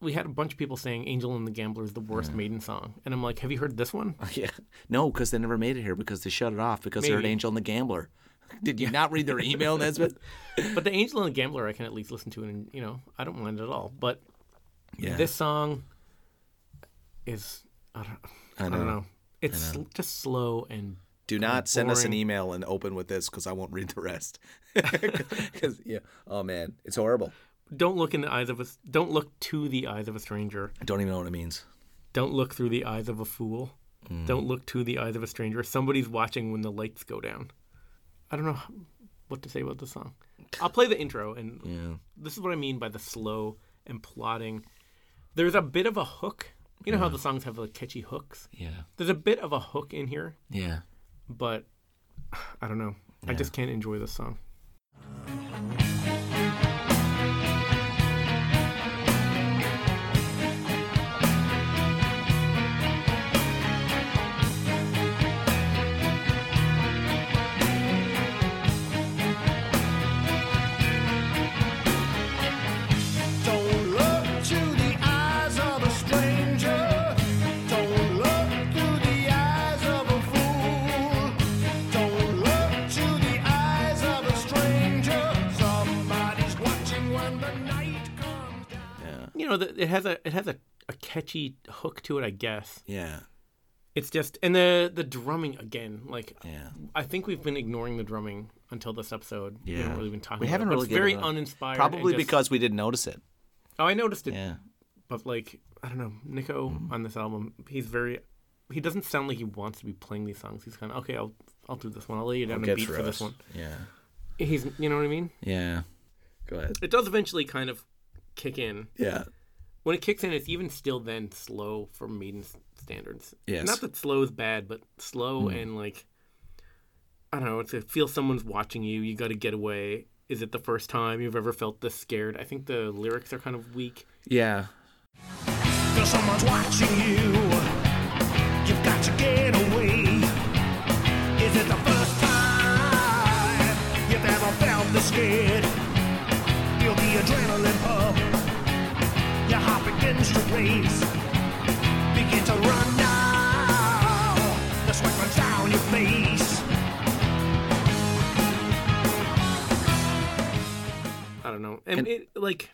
S2: we had a bunch of people saying Angel and the Gambler is the worst Maiden song, and I'm like, have you heard this one?
S1: yeah. No, because they never made it here because they shut it off because they're an
S2: Maybe.
S1: Angel and the Gambler. Did you not read their email, Nesbitt?
S2: But the Angel and the Gambler, I can at least listen to, and you know, I don't mind it at all. But
S1: Yeah,
S2: this song is, I don't, I don't know. It's sl- just slow and
S1: Do not send us an
S2: boring.
S1: email and open with this because I won't read the rest. Because yeah, oh man, it's horrible.
S2: don't look in the eyes of a don't look to the eyes of a stranger.
S1: I don't even know what it means.
S2: Don't look through the eyes of a fool. Don't look to the eyes of a stranger. Somebody's watching when the lights go down. I don't know what to say about this song. I'll play the intro, and this is what I mean by the slow and plotting. There's a bit of a hook. You know how the songs have like catchy hooks.
S1: Yeah,
S2: There's a bit of a hook in here,
S1: yeah.
S2: but I don't know. I just can't enjoy this song.
S4: Don't look to the eyes of a stranger. Don't look through the eyes of a fool. Don't look to the eyes of a stranger. Somebody's watching when the night comes down.
S2: You know, the, it has a it has a, a catchy hook to it, I guess.
S1: Yeah,
S2: It's just and the the drumming again, like
S1: yeah.
S2: I think we've been ignoring the drumming until this episode. We
S1: Yeah.
S2: haven't really been talking.
S1: We
S2: about
S1: haven't
S2: it, but
S1: really
S2: It's very
S1: given it a-
S2: uninspired. and
S1: Probably
S2: just-
S1: because we didn't notice it.
S2: oh, I noticed it,
S1: Yeah, Mm-hmm.
S2: but like I don't know, Nico on this album, he's very. He doesn't sound like he wants to be playing these songs. He's kind of okay. I'll I'll do this one. I'll lay you down a beat for this one.
S1: Yeah,
S2: He's you know what I mean.
S1: yeah. Go ahead.
S2: It does eventually kind of kick in.
S1: Yeah,
S2: When it kicks in, it's even still then slow for Maiden s- standards.
S1: Yes. Hmm.
S2: Not that slow is bad, but slow and like I don't know. It's a feel someone's watching you. You got to get away. Is it the first time you've ever felt this scared? I think the lyrics are kind of weak.
S1: yeah.
S4: Cause someone's watching you. You've got to get away. Is it the first time you've ever felt this scared? Feel the adrenaline pump. Your heart begins to race. Begin to run now. The sweat runs down your face.
S2: I don't know. And,
S1: And-
S2: it like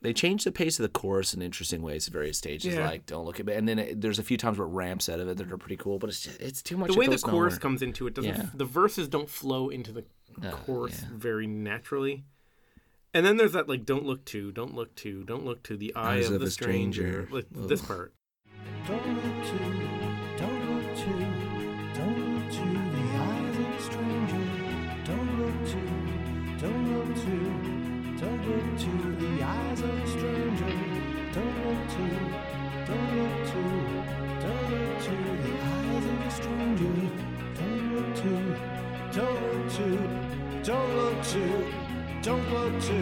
S1: They changed the pace of the chorus in interesting ways at various stages.
S2: Yeah.
S1: Like, don't look at me. And then it, there's a few times where it ramps out of it that are pretty cool, but it's just, it's too much.
S2: the
S1: it
S2: way the
S1: goes
S2: chorus
S1: nowhere.
S2: comes into it doesn't.
S1: Yeah. Uh,
S2: The verses don't flow into the chorus very naturally. And then there's that like, don't look to, don't look to, don't look to the eye
S1: Eyes
S2: of,
S1: of
S2: the
S1: a stranger.
S2: stranger. Like, this part.
S5: Don't look to, don't look to, don't look to the eyes of a stranger. Don't look to, don't look to, don't look to the eyes of a stranger. Don't look to, Don't look to, don't look to the eyes of a stranger. Don't look to, don't look to, don't look to, don't look to,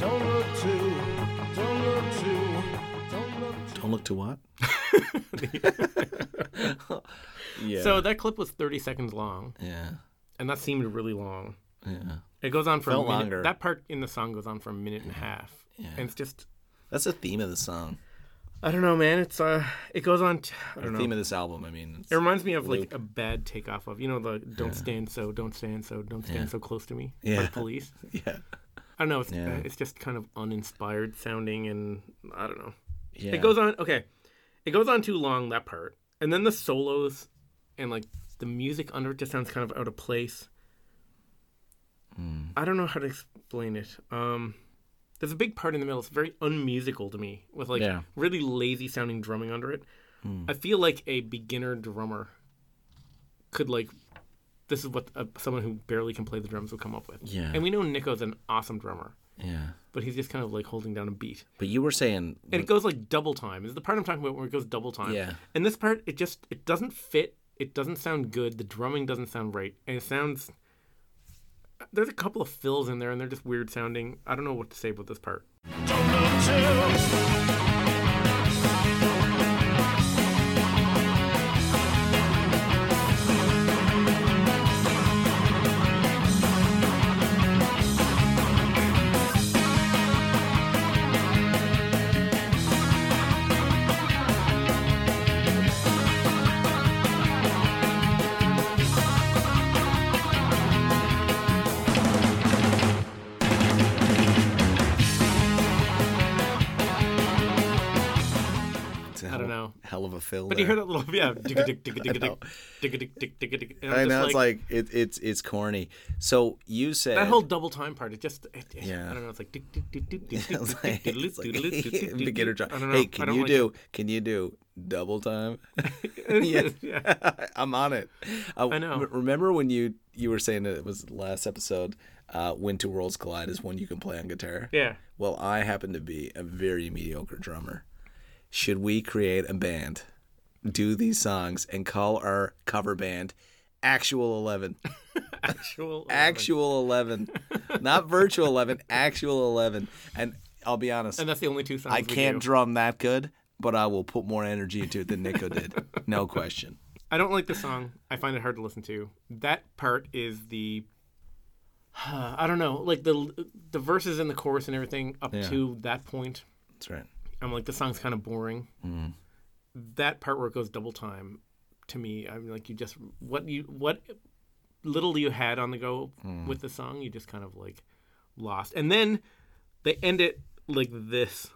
S5: don't look to, don't look to, don't look to.
S1: Don't look to what? yeah.
S2: So that clip was 30 seconds long,
S1: yeah.
S2: and that seemed really long.
S1: Yeah.
S2: It goes on for a
S1: Felt
S2: minute.
S1: longer.
S2: That part in the song goes on for a minute and a half, and it's just
S1: That's the theme of the song.
S2: I don't know, man. It's uh, it goes on. T- I
S1: The
S2: don't know.
S1: theme of this album, I mean. It's,
S2: It reminds me of like a bad takeoff of you know the "Don't stand so, don't stand so, don't stand so close to me" by
S1: Yeah.
S2: the Police.
S1: yeah.
S2: I don't know. It's
S1: Yeah.
S2: it's just kind of uninspired sounding, and I don't know.
S1: yeah.
S2: It goes on. Okay, it goes on too long that part, and then the solos and like the music under it just sounds kind of out of place.
S1: Hmm.
S2: I don't know how to explain it. Um, there's a big part in the middle. It's very unmusical to me, with like
S1: Yeah. Hmm.
S2: really lazy sounding drumming under it. I feel like a beginner drummer could like. This is what uh, someone who barely can play the drums would come up with.
S1: Yeah.
S2: And we know Nico's an awesome drummer,
S1: Yeah.
S2: but he's just kind of like holding down a beat.
S1: But you were saying.
S2: And it goes like double time. Is the part I'm talking about where it goes double time.
S1: Yeah.
S2: And this part, it just it doesn't fit. It doesn't sound good. The drumming doesn't sound right, and it sounds. There's a couple of fills in there, and they're just weird sounding. I don't know what to say about this part.
S4: Don't look to,
S1: it's a
S2: I don't
S1: hell-
S2: know.
S1: Hell of a fill.
S2: But you hear
S1: there.
S2: that little yeah, digga dig digga digga dig digga dig dig digga dig. and I'm
S1: I
S2: just
S1: know it's like it, it's it's corny. So you said
S2: that whole double time part. It just it, it, yeah.
S1: Yeah.
S2: I don't know. It's like dig dig dig dig dig
S1: I was like,
S2: dig
S1: it's like beginner
S2: I
S1: drum.
S2: don't know.
S1: Hey,
S2: I
S1: can
S2: don't
S1: you
S2: like
S1: do? Can you do double time? yeah,
S2: it. yeah.
S1: I'm on it. Uh, I
S2: know.
S1: Remember when you you were saying that it was the last episode? Uh, when two worlds collide is one you can play on guitar.
S2: Yeah.
S1: Well, I happen to be a very mediocre drummer. Should we create a band, do these songs, and call our cover band Actual Eleven?
S2: Actual
S1: Actual Eleven, not Virtual Eleven. Actual Eleven. And I'll be honest.
S2: And that's the only two songs
S1: I
S2: we
S1: can't
S2: do.
S1: drum that good, but I will put more energy into it than Nico did. No question.
S2: I don't like the song. I find it hard to listen to. That part is the I don't know, like the the verses and the chorus and everything up
S1: Yeah.
S2: to that point.
S1: That's right.
S2: I'm like the song's kind of boring. That part where it goes double time to me, I'm like you just what you what little you had on the go with the song, you just kind of like lost. And then they end it like this.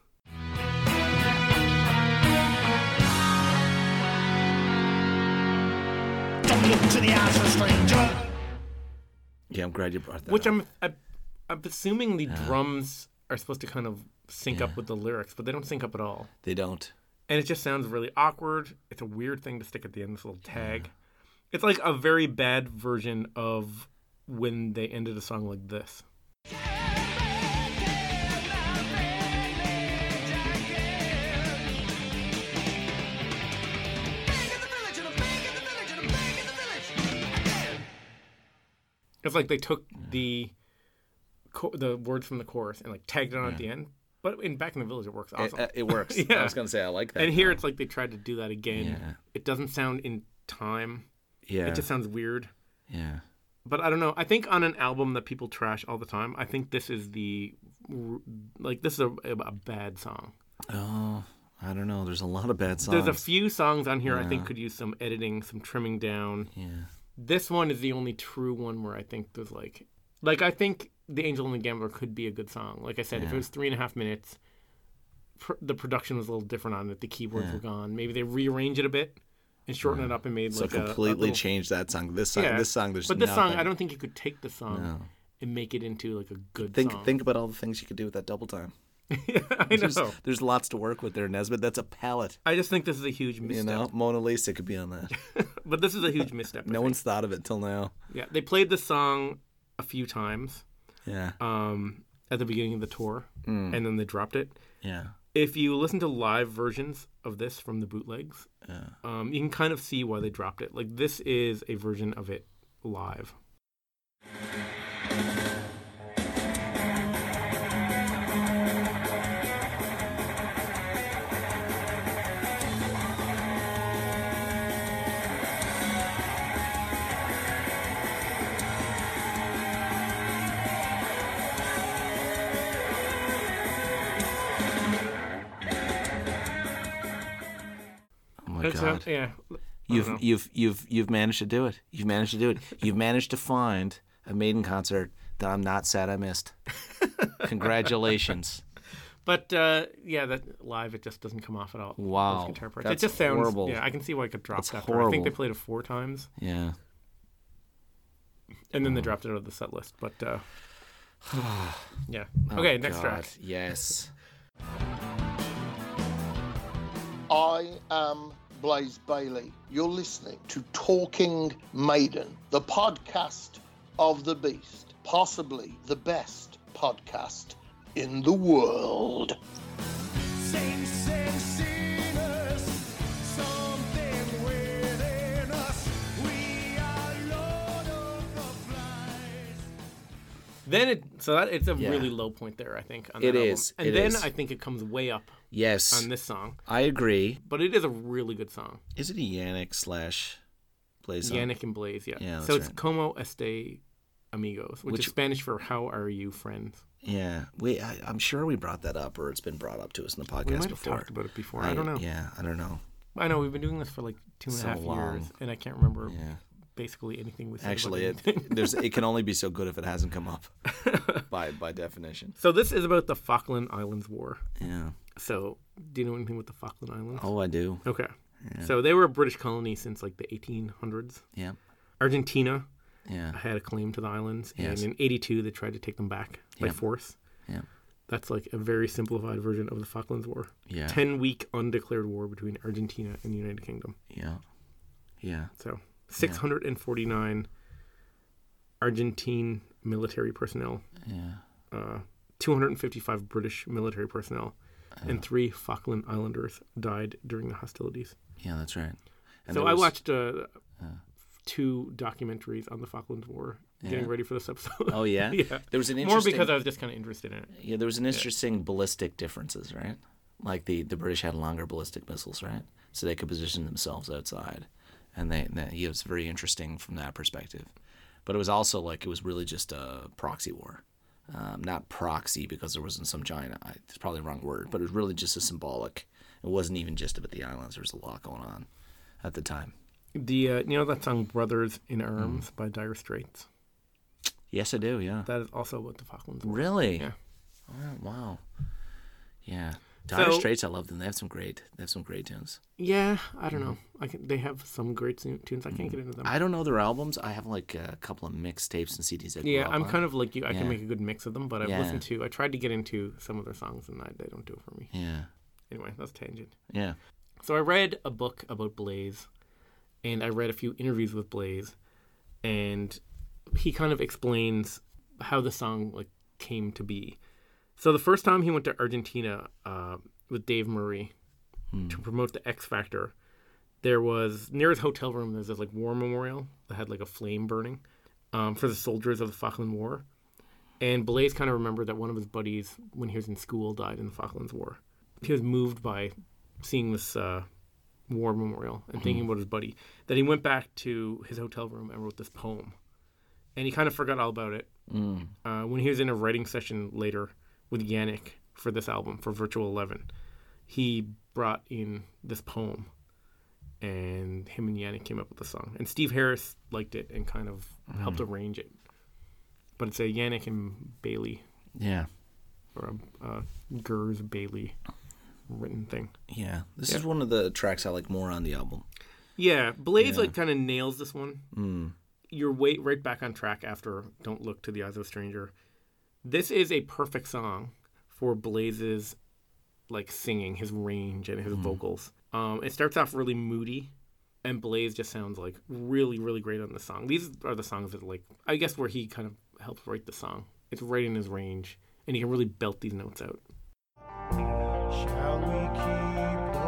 S4: don't look to the eyes of a stranger.
S1: Yeah, I'm glad you brought that.
S2: Which
S1: up.
S2: I'm, I, I'm assuming the drums are supposed to kind of sync up with the lyrics, but they don't sync up at all.
S1: they don't.
S2: And it just sounds really awkward. It's a weird thing to stick at the end, this little tag. It's like a very bad version of when they ended a song like this. It's like they took the co- the words from the chorus and like tagged it on at the end. But in Back in the Village, it works awesome.
S1: It, uh, it works.
S2: Yeah.
S1: I was gonna say I like that.
S2: and here it's like they tried to do that again.
S1: Yeah.
S2: It doesn't sound in time.
S1: yeah,
S2: It just sounds weird.
S1: yeah,
S2: but I don't know. I think on an album that people trash all the time, I think this is the like this is a, a bad song.
S1: oh, I don't know. There's a lot of bad songs.
S2: There's a few songs on here I think could use some editing, some trimming down.
S1: yeah,
S2: This one is the only true one where I think there's like like I think the Angel and the Gambler could be a good song. Like I said, if it was three and a half minutes, pr- the production was a little different on it. The keyboards were gone. Maybe they rearrange it a bit and shorten it up and made
S1: so
S2: like a- a
S1: completely
S2: little-
S1: change that song. This song, this song, there's
S2: but this
S1: nothing.
S2: song I don't think you could take the song and make it into like a good
S1: think.
S2: song.
S1: Think about all the things you could do with that double time.
S2: I
S1: There's,
S2: know.
S1: there's lots to work with there, Nesbitt. That's a palette.
S2: I just think this is a huge
S1: You
S2: misstep.
S1: know, Mona Lisa could be on that.
S2: But this is a huge misstep.
S1: No one's thought of it till now.
S2: Yeah, they played this song a few times
S1: Yeah, Mm.
S2: Uh, um, at the beginning of the tour, and then they dropped it.
S1: yeah.
S2: If you listen to live versions of this from the bootlegs, um, you can kind of see why they dropped it. Like this is a version of it live.
S1: Oh my
S2: Except-
S1: god.
S2: yeah.
S1: You've you've you've you've managed to do it. You've managed to do it. You've managed to find a maiden concert that I'm not sad I missed. Congratulations.
S2: But uh, yeah, that live it just doesn't come off at all. those
S1: Wow.
S2: guitar parts.
S1: That's
S2: it just sounds
S1: horrible.
S2: Yeah, I can see why it got dropped
S1: That's
S2: after. I think they
S1: horrible.
S2: played it four times,
S1: Yeah.
S2: and then they dropped it out of the set list. But uh, yeah. Okay, next
S1: Oh,
S2: track.
S1: God, Yes.
S6: I am Blaze Bailey. You're listening to Talking Maiden, the podcast of the Beast, possibly the best podcast in the world.
S4: Saints and sinners, something within us. We are Lord of the Flies.
S2: Then it so that it's a
S1: Yeah.
S2: really low point there. I think on
S1: It
S2: that album.
S1: is,
S2: and
S1: it
S2: then
S1: is.
S2: I think it comes way up
S1: Yes.
S2: on this song.
S1: I agree.
S2: But it is a really good song.
S1: Is it a Yannick slash Blaze? song?
S2: Yannick and Blaze, yeah.
S1: Yeah, that's
S2: so it's
S1: right.
S2: Como Este Amigos, which,
S1: Which-
S2: is Spanish for How Are You Friends.
S1: Yeah. We I, I'm sure we brought that up or it's been brought up to us in the podcast
S2: We might have
S1: before.
S2: talked about it before. I, don't know.
S1: Yeah, I don't know.
S2: I know we've been doing this for like two and a
S1: So
S2: half years,
S1: long.
S2: and I can't remember
S1: Yeah.
S2: basically anything we said. about
S1: Actually, it,
S2: anything.
S1: there's it can only be so good if it hasn't come up by by definition.
S2: so this is about the Falkland Islands War.
S1: Yeah.
S2: So do you know anything with the Falkland Islands?
S1: Oh, I do.
S2: Okay. So they were a British colony since like the 1800s.
S1: Yeah.
S2: Argentina
S1: Yeah.
S2: had a claim to the islands,
S1: Yes.
S2: and in '82 they tried to take them back by
S1: Yeah.
S2: force.
S1: Yeah.
S2: That's like a very simplified version of the Falklands War.
S1: Yeah.
S2: Ten week undeclared war between Argentina and the United Kingdom.
S1: Yeah. Yeah.
S2: So 649 Argentine military personnel,
S1: Yeah.
S2: 255 British military personnel,
S1: Uh.
S2: and three Falkland Islanders died during the hostilities.
S1: Yeah, that's right. And
S2: so
S1: there
S2: I
S1: was-
S2: watched uh, two documentaries on the Falklands War getting ready for this episode.
S1: Oh yeah.
S2: yeah.
S1: There was an
S2: More
S1: interesting.
S2: because I was just kind of interested in it.
S1: yeah, there was an interesting ballistic differences, right? Like the the British had longer ballistic missiles, right? So they could position themselves outside, and they, they yeah, it was very interesting from that perspective. But it was also like it was really just a proxy war. Um, not proxy because there wasn't some giant. I, it's probably the wrong word, but it was really just a symbolic. It wasn't even just about the islands. There was a lot going on at the time.
S2: The uh, you know that song "Brothers in Arms" by Dire Straits.
S1: Yes, I do. Yeah.
S2: That is also about the Falklands War.
S1: Really?
S2: Yeah.
S1: Oh, wow. Yeah. Dire
S2: So-
S1: Straits, I love them. They have some great. They have some great tunes.
S2: Yeah, I don't know. I can, they have some great tu- tunes. Mm. I can't get into them.
S1: I don't know their albums. I have like a couple of mixtapes and CDs. I grew
S2: yeah,
S1: up
S2: I'm
S1: on.
S2: kind of like you. I can
S1: Yeah.
S2: make a good mix of them, but I've
S1: Yeah.
S2: listened to. I tried to get into some of their songs, and I, they don't do it for me.
S1: Yeah.
S2: Anyway, that's tangent.
S1: Yeah.
S2: So I read a book about Blaze, and I read a few interviews with Blaze, and he kind of explains how the song like came to be. So the first time he went to Argentina uh, with Dave Murray to promote the X Factor, there was near his hotel room there's this like war memorial that had like a flame burning um, for the soldiers of the Falkland War. And Blaze kind of remembered that one of his buddies, when he was in school, died in the Falklands War. He was moved by seeing this uh, war memorial and thinking about his buddy. That he went back to his hotel room and wrote this poem. And he kind of forgot all about it. Uh, when he was in a writing session later with Yannick for this album, for Virtual 11, he brought in this poem. And him and Yannick came up with the song. And Steve Harris liked it and kind of helped arrange it. But it's a Yannick and Bailey
S1: Yeah.
S2: or a, a Gers Bailey written thing.
S1: Yeah. This is one of the tracks I like more on the album.
S2: Yeah, Blaze like kind of nails this one. You're wait right back on track after "Don't Look to the Eyes of a Stranger." This is a perfect song for Blaze's like singing, his range and his vocals. Um, it starts off really moody, and Blaze just sounds like really, really great on the song. These are the songs that like I guess where he kind of helps write the song. It's right in his range, and he can really belt these notes out.
S5: Shall we keep the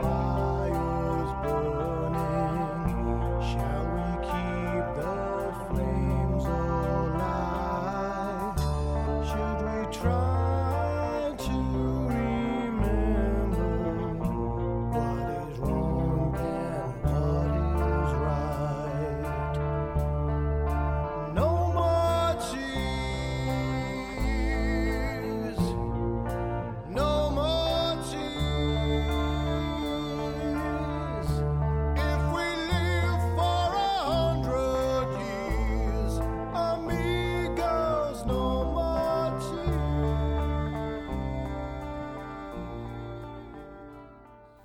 S5: fires burning? Shall we keep the flames alight? Should we try to remember what is wrong and what is right? No more tears. No more tears. If we live for a hundred years, amigos, no more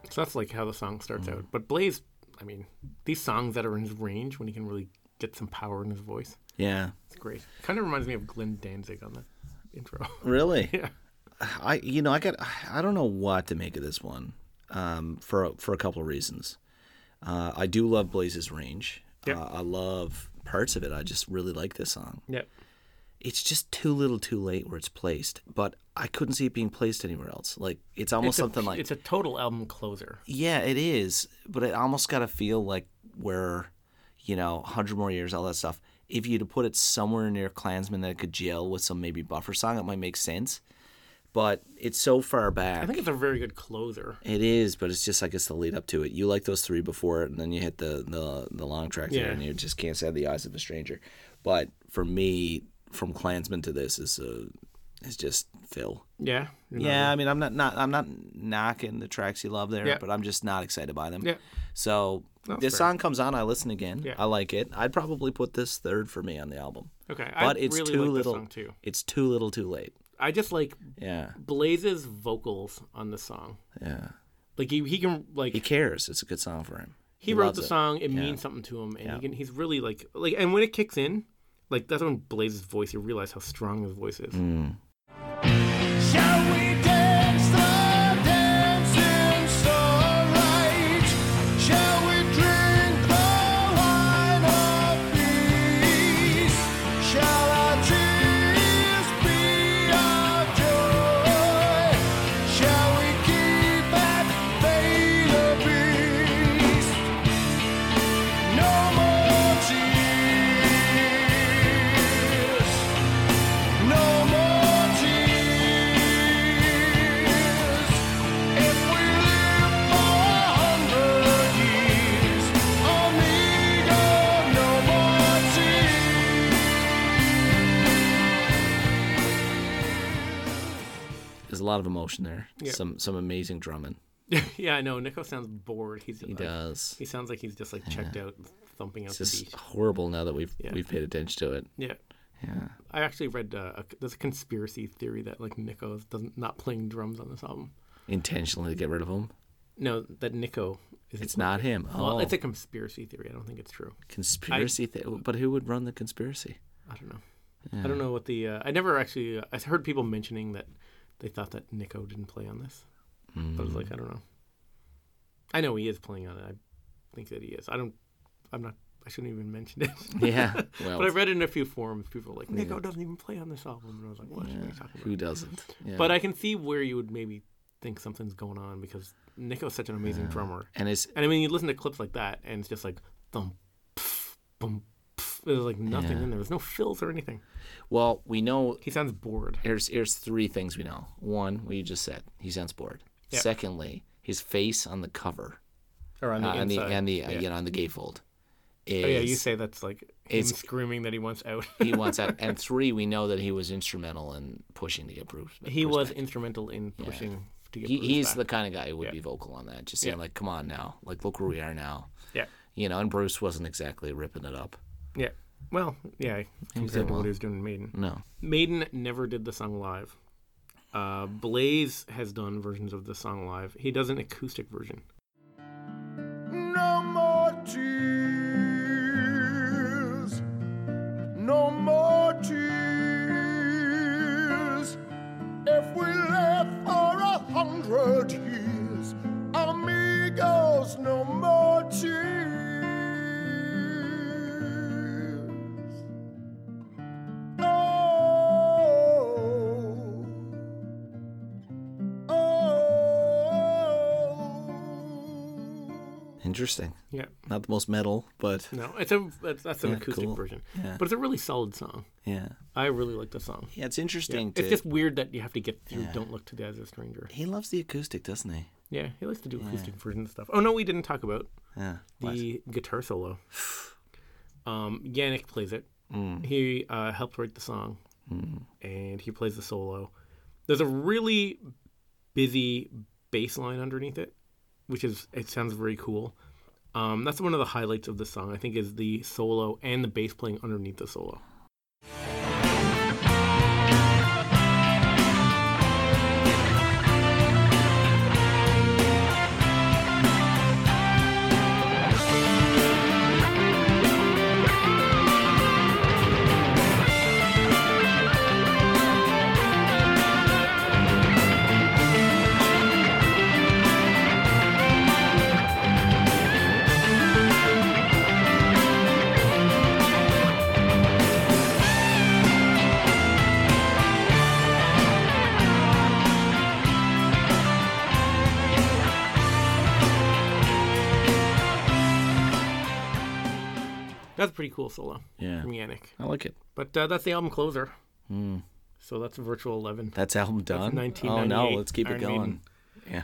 S2: So that's like how the song starts out. But Blaze, I mean, these songs that are in his range when he can really get some power in his voice,
S1: Yeah.
S2: it's great. Kind of reminds me of Glenn Danzig on the intro.
S1: Really?
S2: yeah.
S1: I you know I got I don't know what to make of this one um, for a- for a couple of reasons. Uh, I do love Blaze's range.
S2: Yeah.
S1: Uh, I love parts of it. I just really like this song.
S2: Yeah.
S1: It's just too little, too late where it's placed. But I couldn't see it being placed anywhere else. Like it's almost
S2: It's
S1: something
S2: a,
S1: like
S2: it's a total album closer.
S1: yeah, it is. But it almost got to feel like we're you know hundred more years, all that stuff. If you'd have put it somewhere near Klansman that it could gel with some maybe buffer song, it might make sense. But it's so far back.
S2: I think it's a very good closer.
S1: It is, but it's just I guess the lead up to it. You like those three before it, and then you hit the the, the long track there,
S2: Yeah.
S1: and you just can't stand the eyes of a stranger. But for me, from Klansman to this is a is just Phil.
S2: Yeah. You're not
S1: Yeah, I mean, I'm not, not I'm not knocking the tracks you love there,
S2: Yeah.
S1: but I'm just not excited by them.
S2: Yeah.
S1: So
S2: That's
S1: this
S2: fair.
S1: song comes on, I listen again.
S2: Yeah.
S1: I like it. I'd probably put this third for me on the album.
S2: Okay, I
S1: but it's
S2: really
S1: too
S2: like this
S1: little.
S2: song too.
S1: It's too little, too late.
S2: I just like
S1: Yeah,
S2: Blaze's vocals on the song.
S1: yeah.
S2: Like he, he can like
S1: He cares. It's a good song for him.
S2: he wrote
S1: loves
S2: the
S1: it.
S2: song. It means something to him, and he can, he's really like like. And when it kicks in, like that's when Blaze's voice. You realize how strong his voice
S1: Mm.
S2: is.
S5: Shall we dance the dancing so right? Shall we drink the wine of peace? Shall our tears be our joy? Shall we keep at bay the beast? No more tears. No more tears. If we live for a hundred years, amigo, no more tears.
S1: There's a lot of emotion there.
S2: Yeah.
S1: Some some amazing drumming.
S2: yeah, I know. Nico sounds bored. He's
S1: He does.
S2: He sounds like he's just like checked out, thumping out
S1: It's
S2: the
S1: just
S2: beat.
S1: horrible now that we've
S2: Yeah.
S1: we've paid attention to it.
S2: Yeah.
S1: Yeah.
S2: I actually read uh, a, there's a conspiracy theory that like Nico is doesn't not playing drums on this album.
S1: Intentionally to get rid of him.
S2: No, that Nico is
S1: It's not him. Oh,
S2: Well, it's a conspiracy theory. I don't think it's true.
S1: conspiracy thing. But who would run the conspiracy?
S2: I don't know. I don't know what the. Uh, I never actually. Uh, I heard people mentioning that they thought that Nico didn't play on this, but I was
S1: Mm.
S2: like, I don't know. I know he is playing on it. I think that he is. I don't. I'm not. I shouldn't even mention it.
S1: Yeah. Well,
S2: but I read in a few forums people were like Nico doesn't even play on this album, and I was like, what are you talking about?
S1: who doesn't? Yeah.
S2: But I can see where you would maybe think something's going on because Nico's such an amazing drummer,
S1: and it's
S2: and I mean, you listen to clips like that, and it's just like thump, pff, bum, pff. There's like nothing in there. There's no fills or anything.
S1: well, we know
S2: He sounds bored.
S1: here's here's three things we know. One, what you just said. He sounds bored.
S2: Yeah.
S1: Secondly, his face on the cover
S2: Or on the
S1: uh, and the
S2: inside.
S1: and the uh,
S2: yeah.
S1: you know on the gatefold is
S2: Oh, yeah, you say that's like him
S1: it's-
S2: screaming that he wants out.
S1: he wants out. And three, we know that he was instrumental in pushing to get proof.
S2: he was instrumental in pushing to get
S1: He,
S2: Bruce
S1: he's
S2: back.
S1: the kind of guy who would
S2: Yeah.
S1: be vocal on that, just saying
S2: Yeah.
S1: like, "Come on now, like look where we are now,"
S2: yeah,
S1: you know. And Bruce wasn't exactly ripping it up.
S2: yeah. Well, yeah, compared to
S1: well.
S2: what he was doing in Maiden.
S1: No,
S2: Maiden never did the song live. Uh, Blaze has done versions of the song live. He does an acoustic version.
S5: No more tears. No more tears. If we live for a hundred years, amigos, no more tears. Oh. Oh. Oh.
S1: Interesting.
S2: Yeah.
S1: Not the most metal, but
S2: No, it's a that's, that's an
S1: Yeah,
S2: acoustic
S1: cool.
S2: version,
S1: Yeah.
S2: but it's a really solid song.
S1: yeah.
S2: I really like the song.
S1: Yeah, it's interesting to.
S2: It's just weird that you have to get through "Don't Look to Death as a Stranger."
S1: He loves the acoustic, doesn't he?
S2: Yeah, he likes to do acoustic version stuff. Oh no, we didn't talk about
S1: Yeah.
S2: the guitar solo. Um, Yannick plays it. He uh, helped write the song, and he plays the solo. There's a really busy bass line underneath it, which is it sounds very cool. Um, that's one of the highlights of the song, I think, is the solo and the bass playing underneath the solo. That's a pretty cool solo
S1: Yeah.
S2: from Yannick.
S1: I like it.
S2: But uh, that's the album closer. So that's Virtual Eleven.
S1: That's album done. oh no,
S2: 1998
S1: let's keep it
S2: Iron
S1: going. Yeah.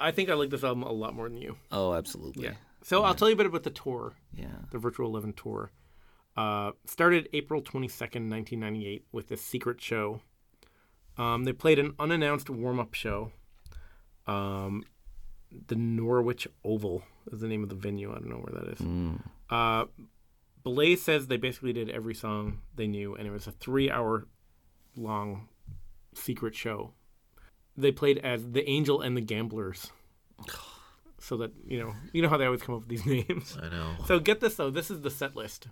S2: I think I like this album a lot more than you.
S1: Oh, absolutely.
S2: Yeah. So I'll tell you a bit about the tour,
S1: Yeah.
S2: the Virtual Eleven tour. Uh, started April twenty second, nineteen ninety eight, with a secret show. Um, they played an unannounced warm up show. Um, the Norwich Oval is the name of the venue. I don't know where that is. Uh, Belay says they basically did every song they knew, and it was a three hour long secret show. They played as the Angel and the Gamblers. So that you know, you know how they always come up with these names.
S1: I know.
S2: So get this though. This is the set list.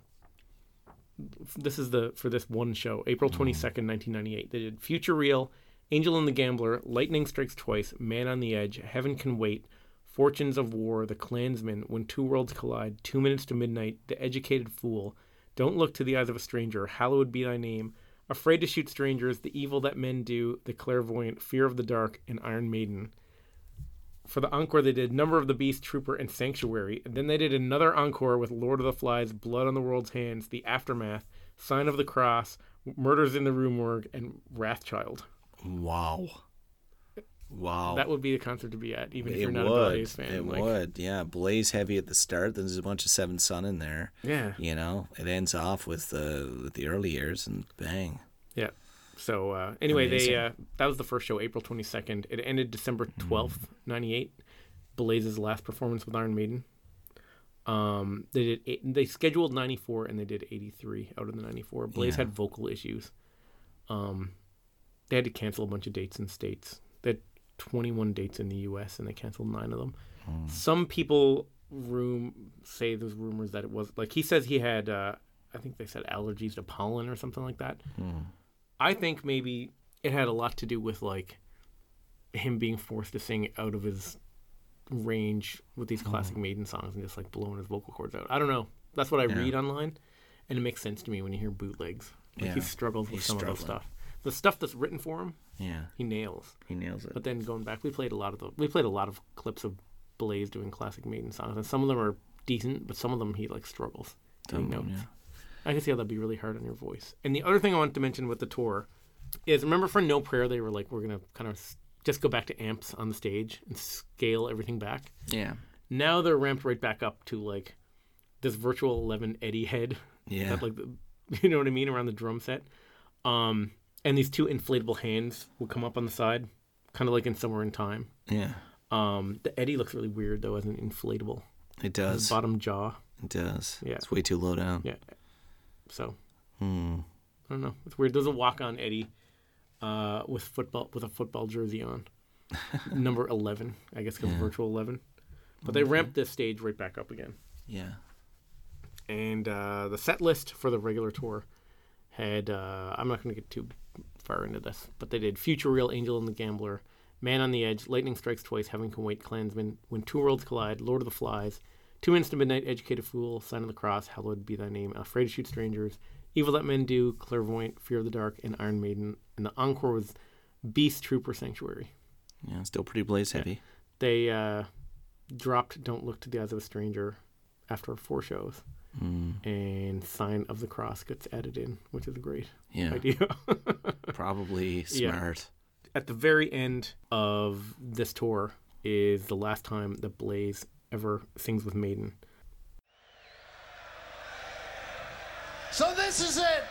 S2: This is the for this one show, April twenty second, nineteen ninety eight. They did Future Real, Angel and the Gambler, Lightning Strikes Twice, Man on the Edge, Heaven Can Wait, Fortunes of War, The Klansman, When Two Worlds Collide, Two Minutes to Midnight, The Educated Fool, Don't Look to the Eyes of a Stranger, Hallowed Be Thy Name, Afraid to Shoot Strangers, The Evil That Men Do, The Clairvoyant, Fear of the Dark, and Iron Maiden for the encore they did number of the beast trooper and sanctuary and then they did another encore with lord of the flies blood on the world's hands the aftermath sign of the cross murders in the rue morgue and wrathchild
S1: Wow. Wow.
S2: that would be a concert to be at even
S1: Oh.
S2: if
S1: it
S2: you're not a
S1: would.
S2: Blaze fan
S1: It
S2: like,
S1: would. Yeah. Blaze heavy at the start. Then there's a bunch of Seven Sun in there.
S2: yeah
S1: You know, it ends off with the with the early years and bang.
S2: yeah so uh, anyway
S1: Amazing. Hmm.
S2: they uh, that was the first show april 22nd it ended december 12th 98 blaze's last performance with iron maiden um, they did eight, they scheduled 94 and they did 83 out of the 94 blaze had vocal issues they had to cancel a bunch of dates in states. They had 21 dates in the U.S. and they canceled nine of them.
S1: Hmm.
S2: Some people room say there's rumors that it was like he says he had. Uh, I think they said allergies to pollen or something like that.
S1: Hmm.
S2: I think maybe it had a lot to do with like him being forced to sing out of his range with
S1: Hmm.
S2: these classic Maiden songs and just like blowing his vocal cords out. I don't know. That's what I read online, and it makes sense to me when you hear bootlegs. Like he
S1: Yeah.
S2: struggles with
S1: He's
S2: some of those
S1: struggling.
S2: stuff. The stuff that's written for him,
S1: Yeah.
S2: he nails.
S1: He nails it.
S2: But then going back, we played a lot of the we played a lot of clips of Blaze doing classic Maiden songs, and some of them are decent, but some of them he like struggles.
S1: Oh,
S2: Some notes. I can see how that'd be really hard on your voice. And the other thing I wanted to mention with the tour is remember for No Prayer they were like we're gonna kind of s- just go back to amps on the stage and scale everything back.
S1: Yeah.
S2: Now they're ramped right back up to like this virtual eleven Eddie head
S1: Yeah.
S2: that like the, you know what I mean around the drum set. Um, and these two inflatable hands will come up on the side, kind of like in Somewhere in Time.
S1: yeah.
S2: Um, the Eddie looks really weird though as an inflatable
S1: It does.
S2: bottom jaw.
S1: It does.
S2: Yeah.
S1: It's way too low down.
S2: Yeah. So I don't know. It's weird. There's a walk on Eddie uh, with football with a football jersey on, number eleven, I guess, because virtual eleven. But they ramped this stage right back up again.
S1: Yeah.
S2: and uh, the set list for the regular tour had uh, I'm not going to get too far into this, but they did Future Real, Angel and the Gambler, Man on the Edge, Lightning Strikes Twice, Heaven Can Wait, Klansman, When Two Worlds Collide, Lord of the Flies, Two Minutes to Midnight, Educated Fool, Sign of the Cross, Hallowed Be Thy Name, Afraid to Shoot Strangers, Evil That Men Do, Clairvoyant, Fear of the Dark, and Iron Maiden, and the encore was Beast Trooper Sanctuary
S1: Yeah. Still pretty blaze heavy.
S2: they uh dropped Don't Look to the Eyes of a Stranger after four shows. Mm. And Sign of the Cross gets added in, which is a great
S1: Yeah.
S2: idea.
S1: Probably
S2: Yeah.
S1: smart.
S2: At the very end of this tour is the last time that Blaze ever sings with Maiden.
S3: So this is it.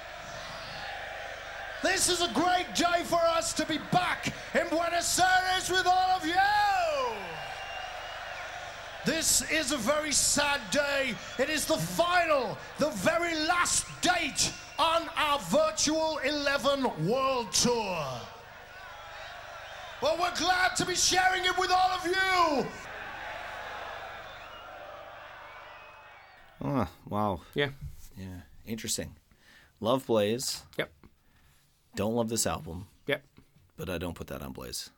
S3: This is a great day for us to be back in Buenos Aires with all of you. This is a very sad day. It is the final, the very last date on our virtual 11 world tour. But we're glad to be sharing it with all of you.
S1: Oh, wow.
S2: Yeah.
S1: Yeah. Interesting. Love Blaze.
S2: Yep.
S1: Don't love this album,
S2: Yep.
S1: but I don't put that on Blaze.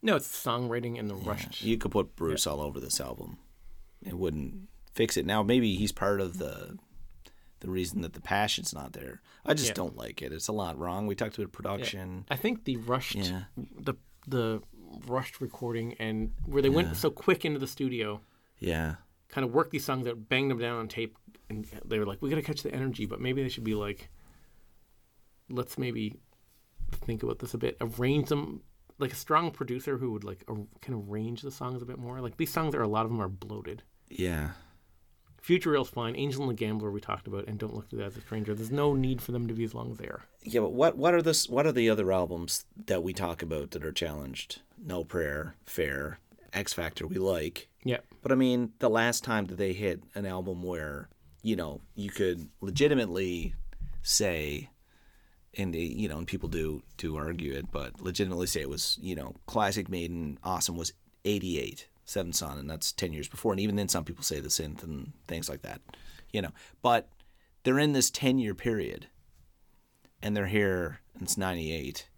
S2: No, it's songwriting and the rush.
S1: You could put Bruce all over this album. It wouldn't fix it. Now maybe he's part of the the reason that the passion's not there. I just
S2: Yeah.
S1: don't like it. It's a lot wrong. We talked about production.
S2: I think the rushed
S1: Yeah.
S2: the the rushed recording and where they went so quick into the studio,
S1: Yeah.
S2: kind of worked these songs out, banged them down on tape, and they were like, "We got to catch the energy," but maybe they should be like, "Let's maybe think about this a bit, arrange them." Like a strong producer who would like ar- can arrange the songs a bit more. Like these songs are a lot of them are bloated.
S1: Yeah.
S2: Future Rail's fine. Angel and the Gambler we talked about, and Don't Look to That as a Stranger. There's no need for them to be as long as they are.
S1: Yeah, but what what are this what are the other albums that we talk about that are challenged? No Prayer, Fair, X Factor we like.
S2: Yeah,
S1: But I mean, the last time that they hit an album where, you know, you could legitimately say and they, you know, and people do do argue it, but legitimately say it was, you know, classic Maiden, awesome was 88, Seven Son, and that's 10 years before. And even then, some people say the synth and things like that, you know. But they're in this 10 year period and they're here and it's 98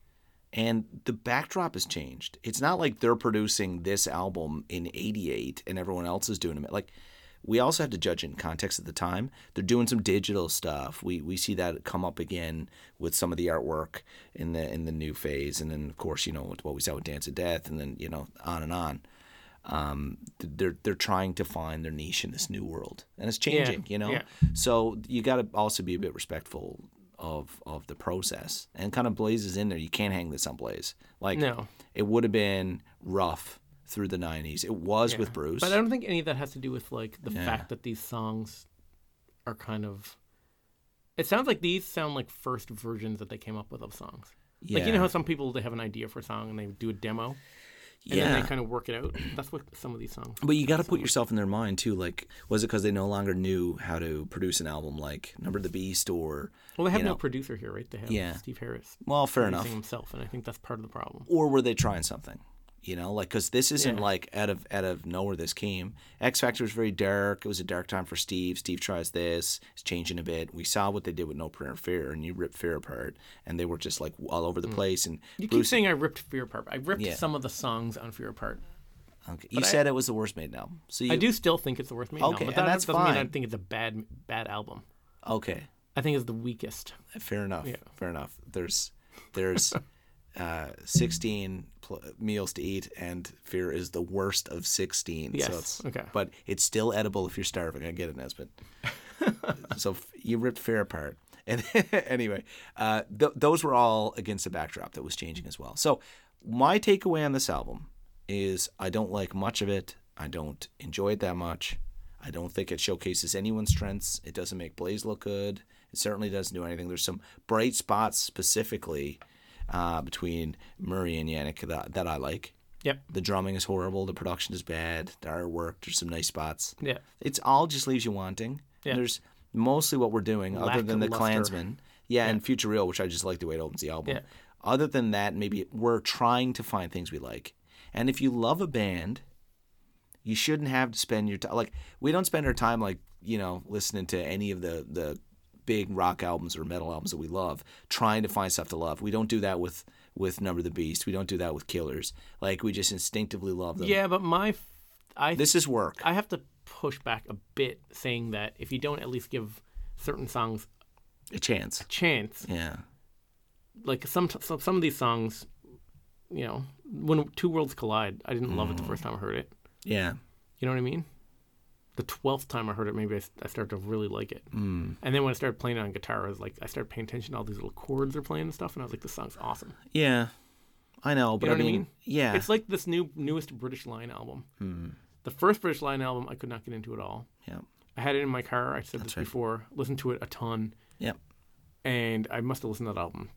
S1: and the backdrop has changed it's not like they're producing this album in 88 and everyone else is doing it like we also have to judge it in context at the time they're doing some digital stuff we we see that come up again with some of the artwork in the in the new phase and then of course you know what we saw with dance of death and then you know on and on um, th- they're they're trying to find their niche in this new world, and it's changing, you know.
S2: yeah.
S1: So you got to also be a bit respectful of of the process, and kind of Blaze is in there. You can't hang this on Blaze. Like,
S2: No.
S1: it would have been rough through the '90s. It was with Bruce.
S2: But I don't think any of that has to do with like the fact that these songs are kind of. It sounds like these sound like first versions that they came up with of songs. Like you know
S1: Yeah.
S2: how some people they have an idea for a song and they do a demo and
S1: yeah,
S2: then they kind of work it out. That's what some of these songs.
S1: But you got to put yourself in their mind too. Like, was it because they no longer knew how to produce an album like Number of the Beast or?
S2: Well, they have
S1: you
S2: no
S1: know-
S2: producer here, right? They have
S1: Yeah.
S2: Steve Harris
S1: Well, fair
S2: producing
S1: enough.
S2: himself, and I think that's part of the problem.
S1: or were they trying something? You know, like because this isn't like out of out of nowhere. This came. X Factor was very dark. It was a dark time for Steve. Steve tries this. It's changing a bit. We saw what they did with No Prayer and Fear, and you rip Fear apart, and they were just like all over the place. And
S2: Mm. You keep
S1: Bruce,
S2: saying I ripped Fear Apart. but I ripped
S1: Yeah.
S2: some of the songs on Fear Apart.
S1: okay, you said it was the worst made album. So you
S2: I do still think it's the worst. Maiden
S1: Okay,
S2: album, but
S1: and
S2: that
S1: that's
S2: doesn't mean I
S1: fine.
S2: think it's a bad bad album.
S1: okay.
S2: I think it's the weakest.
S1: Fair enough. Fair enough. There's there's uh, sixteen pl- meals to eat, and Fear is the worst of sixteen.
S2: Yes,
S1: So it's,
S2: okay.
S1: But it's still edible if you're starving. I get it, Nesbitt. so f- you ripped Fear apart. And anyway, uh, th- those were all against a backdrop that was changing as well. So my takeaway on this album is I don't like much of it. I don't enjoy it that much. I don't think it showcases anyone's strengths. It doesn't make Blaze look good. It certainly doesn't do anything. There's some bright spots specifically uh, between Murray and Yannick that, that I like.
S2: Yep.
S1: The drumming is horrible. The production is bad. The artwork, there's some nice spots.
S2: Yeah.
S1: It's all just leaves you wanting.
S2: Yeah.
S1: There's mostly what we're doing, other than the
S2: Lackluster.
S1: Klansman. Yeah, and Future Real, which I just like the way it opens the album.
S2: Yeah.
S1: Other than that, maybe we're trying to find things we like. And if you love a band, you shouldn't have to spend your time like we don't spend our time like you know listening to any of the the big rock albums or metal albums that we love trying to find stuff to love we don't do that with with number of the beast we don't do that with killers like we just instinctively love them
S2: Yeah, but my, f- I
S1: this is work
S2: I have to push back a bit, saying that if you don't at least give certain songs
S1: a chance
S2: a chance,
S1: yeah
S2: like some some, some of these
S1: Mm.
S2: songs, you know, when two worlds collide, I didn't love it the first time I heard it,
S1: yeah
S2: You know what I mean? The twelfth time I heard it, maybe I, s- I started to really like it. Mm. And then when I started playing it on guitar, I was like, I started paying attention to all these little chords they're playing and stuff, and I was like, this song's awesome.
S1: Yeah, I know, but
S2: You know
S1: I,
S2: what
S1: mean,
S2: I mean?
S1: yeah, Hmm.
S2: It's like this new newest British Lion album. The first British Lion album, I could not get into at all.
S1: yeah,
S2: I had it in my car. I said this
S1: right.
S2: before. Listened to it a ton,
S1: yeah.
S2: and I must have listened to that album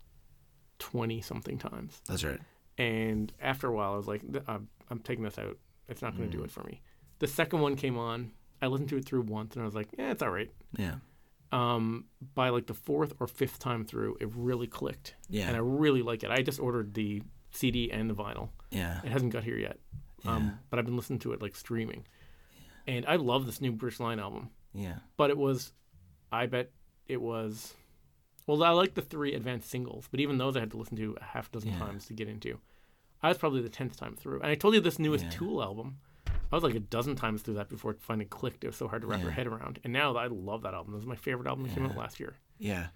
S2: twenty something times.
S1: That's right.
S2: And after a while, I was like, "Th- I'm, I'm taking this out. It's not
S1: Mm.
S2: going to do it for me. The second one came on. I listened to it through once, and I was like, yeah, it's all right.
S1: Yeah,
S2: Um, by like the fourth or fifth time through, it really clicked.
S1: Yeah.
S2: And I really like it. I just ordered the CD and the vinyl.
S1: yeah,
S2: It hasn't got here yet. Um, but I've been listening to it like streaming. And I love this new British Line album.
S1: yeah.
S2: But it was, I bet it was, well, I like the three advanced singles, but even those I had to listen to a half dozen times to get into. I was probably the 10th time through. And I told you this newest Tool album. I was like a dozen times through that before it finally clicked. It was so hard to wrap your head around. And now I love that album. It was my favorite album that came out last year.
S1: Yeah,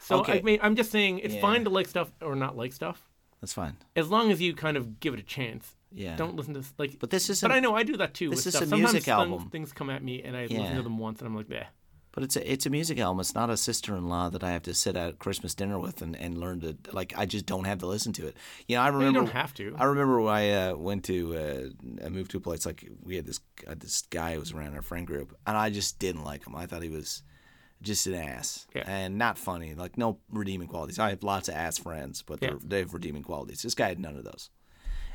S2: So
S1: Okay.
S2: I mean, I'm just saying it's
S1: Yeah.
S2: fine to like stuff or not like stuff
S1: that's fine.
S2: as long as you kind of give it a chance.
S1: Yeah.
S2: Don't listen to like.
S1: But this isn't-
S2: But I know I do that too.
S1: this
S2: with
S1: is
S2: stuff.
S1: a
S2: Sometimes
S1: music
S2: some
S1: album.
S2: Things come at me and I
S1: Yeah.
S2: listen to them once and I'm like, eh.
S1: But it's a it's a music album. It's not a sister in law that I have to sit at Christmas dinner with and, and learn to like. I just don't have to listen to it. You know, I remember.
S2: You don't have to.
S1: I remember when I uh, went to uh, I moved to a place like we had this uh, this guy who was around our friend group, and I just didn't like him. I thought he was just an ass
S2: Yeah.
S1: and not funny. Like no redeeming qualities. I have lots of ass friends, but
S2: Yeah.
S1: they're, they have redeeming qualities. This guy had none of those,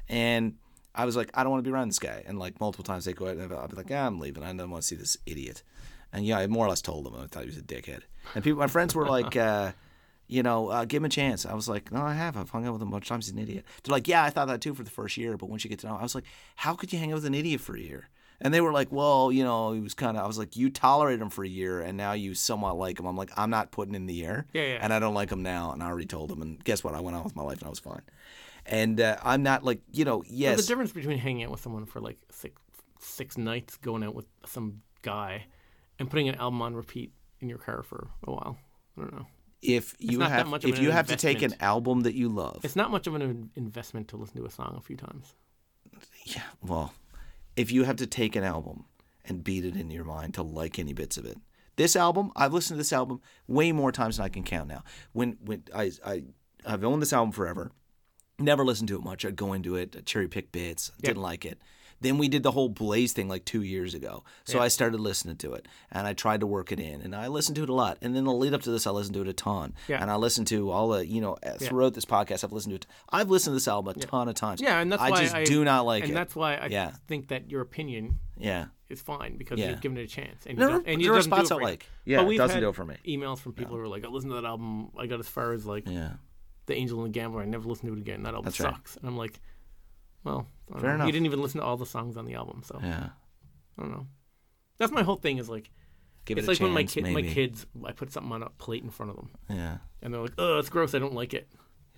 S1: and. I was like, I don't want to be around this guy. And like multiple times they go out and I'll be like, ah, I'm leaving. I don't want to see this idiot. And yeah, I more or less told him I thought he was a dickhead. And people, my friends were like, uh, you know, uh, give him a chance. I was like, no, I have. I've hung out with him a bunch of times. He's an idiot. They're like, yeah, I thought that too for the first year. But once you get to know him, I was like, how could you hang out with an idiot for a year? And they were like, well, you know, he was kind of, I was like, you tolerated him for a year and now you somewhat like him. I'm like, I'm not putting in the year.
S2: Yeah, yeah.
S1: And I don't like him now. And I already told him. And guess what? I went on with my life and I was fine. And uh, I'm not like, you know, yes.
S2: There's a difference between hanging out with someone for like six six nights, going out with some guy, and putting an album on repeat in your car for a while. I don't know.
S1: if you
S2: not that
S1: have
S2: much of
S1: if
S2: an
S1: you have to take an
S2: investment.
S1: album that you love,
S2: It's not much of an in- investment to listen to a song a few times.
S1: yeah, well, if you have to take an album and beat it into your mind to like any bits of it. This album, I've listened to this album way more times than I can count now. When when I I I've owned this album forever. Never listened to it much. I'd go into it, cherry pick bits, didn't like it. Then we did the whole Blaze thing like two years ago. So I started listening to it and I tried to work it in and I listened to it a lot. And then the lead up to this, I listened to it a ton.
S2: Yeah.
S1: And I listened to all the, you know, throughout this podcast, I've listened to it. I've listened to this album a ton of times.
S2: Yeah, and that's
S1: I
S2: why
S1: just
S2: I
S1: do not like
S2: and
S1: it.
S2: And that's why I
S1: Yeah.
S2: think that your opinion
S1: yeah.
S2: is fine because
S1: Yeah.
S2: you've given it a chance. And
S1: There
S2: you
S1: are-
S2: don't- and you
S1: there are
S2: doesn't do
S1: spots
S2: it
S1: I
S2: for you.
S1: like. Yeah,
S2: But
S1: it
S2: we've
S1: doesn't
S2: had
S1: do it for me.
S2: Emails from people who are like, "I listened to that album. I got as far as like
S1: Yeah.
S2: The Angel and the Gambler. I never listened to it again. That album
S1: That's right.
S2: sucks." And I'm like, "Well, I don't
S1: Fair
S2: know.
S1: enough.
S2: You didn't even listen to all the songs on the album, so
S1: Yeah.
S2: I don't know." That's my whole thing. Is like,
S1: Give it
S2: it's
S1: a
S2: like when my
S1: chance,
S2: kid, my
S1: maybe.
S2: kids, I put something on a plate in front of them,
S1: Yeah.
S2: and they're like, "Oh, it's gross. I don't like it."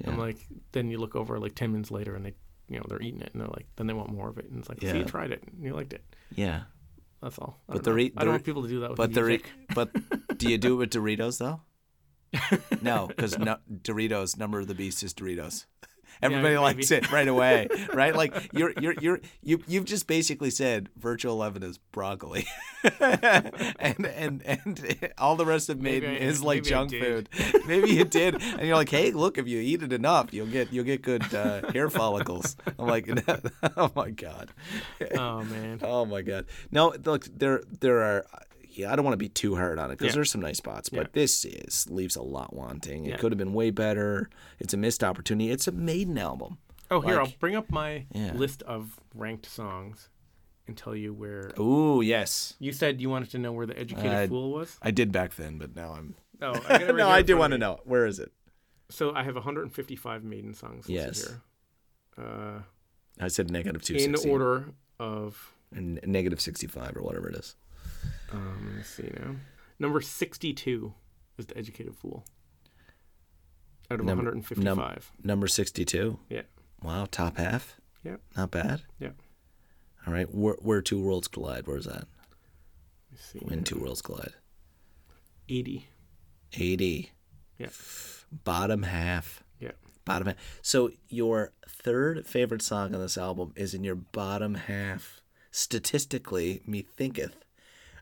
S2: I'm
S1: Yeah.
S2: like, then you look over like ten minutes later, and they, you know, they're eating it, and they're like, then they want more of it, and it's like, see,
S1: Yeah.
S2: you tried it, and you liked it.
S1: Yeah.
S2: That's all.
S1: But
S2: I don't
S1: they're
S2: know.
S1: eat-
S2: I
S1: they're-
S2: don't want people to do that with
S1: But the
S2: music.
S1: but do you do it with Doritos though? No, because no, Doritos number of the beast is Doritos. Everybody
S2: maybe.
S1: likes it right away, right? Like you're you're you're you you've just basically said virtual eleven is broccoli, and and and all the rest of
S2: Maybe
S1: Maiden
S2: I-
S1: is like
S2: maybe I
S1: junk food.
S2: did.
S1: Maybe you did, and you're like, hey, look, if you eat it enough, you'll get you'll get good uh, hair follicles. I'm like, oh my god.
S2: Oh man.
S1: Oh my god! No, look, there there are. Yeah, I don't want to be too hard on it because
S2: Yeah.
S1: there's some nice spots, but this is leaves a lot wanting. It
S2: Yeah.
S1: could have been way better. It's a missed opportunity. It's a maiden album.
S2: Oh, here
S1: Like-
S2: I'll bring up my
S1: Yeah.
S2: list of ranked songs and tell you where.
S1: Ooh, yes,
S2: You said you wanted to know where the educated
S1: I-
S2: fool was.
S1: I did back then, but now I'm.
S2: Oh, I got it right
S1: no,
S2: here
S1: I
S2: in
S1: do
S2: front
S1: want to
S2: of me.
S1: know where is it.
S2: So I have 155 Maiden songs. listed
S1: Yes.
S2: Here. Uh,
S1: I said negative two
S2: in
S1: sixty
S2: order of
S1: and negative sixty five or whatever it is.
S2: um, let's see now. Number 62 is the educated fool. Out of
S1: Number-
S2: 155.
S1: Number sixty two.
S2: yeah.
S1: Wow, top half.
S2: Yeah.
S1: Not bad.
S2: Yeah.
S1: All right, where, where two worlds collide? Where's that?
S2: Let's see.
S1: When two worlds collide.
S2: 80.
S1: Eighty.
S2: Yeah.
S1: Bottom half.
S2: Yeah.
S1: Bottom half. So your third favorite song on this album is in your bottom half. statistically, me thinketh.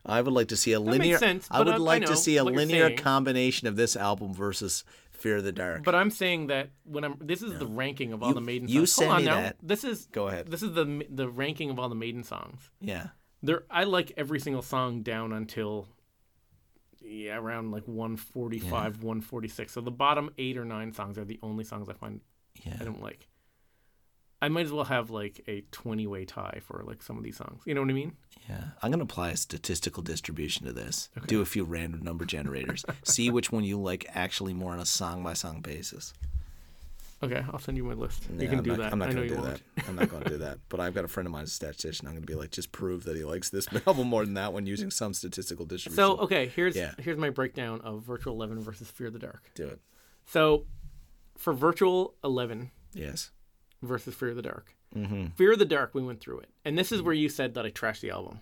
S1: I would like to see a linear.
S2: sense,
S1: I
S2: but
S1: would
S2: I- I
S1: like
S2: know
S1: to see a
S2: what you're
S1: linear
S2: saying.
S1: combination of this album versus Fear the Dark.
S2: But I'm saying that when I'm this is the ranking of all
S1: You-
S2: the Maiden songs.
S1: you
S2: Hold
S1: sent
S2: on
S1: me
S2: now.
S1: that.
S2: This is
S1: Go ahead.
S2: This is the the ranking of all the Maiden songs.
S1: yeah,
S2: There, I like every single song down until yeah, around like 145, 146. So the bottom eight or nine songs are the only songs I find
S1: yeah.
S2: I don't like. I might as well have like a 20 way tie for like some of these songs. You know what I mean?
S1: Yeah. I'm going to apply a statistical distribution to this. Do a few random number generators. see which one you like actually more on a song by song basis.
S2: Okay, I'll send you my list. you
S1: Yeah,
S2: can
S1: I'm
S2: do
S1: not,
S2: that.
S1: I'm not
S2: I know
S1: going
S2: you
S1: to do
S2: won't.
S1: that. I'm not going to do that. But I've got a friend of mine who's a statistician. I'm going to be like, just prove that he likes this album more than that one using some statistical distribution.
S2: So okay, here's
S1: Yeah.
S2: here's my breakdown of Virtual Eleven versus Fear the Dark.
S1: do it.
S2: So for Virtual Eleven
S1: Yes.
S2: versus Fear the Dark,
S1: Mm-hmm.
S2: Fear the Dark, we went through it, and this is where you said that I trashed the album.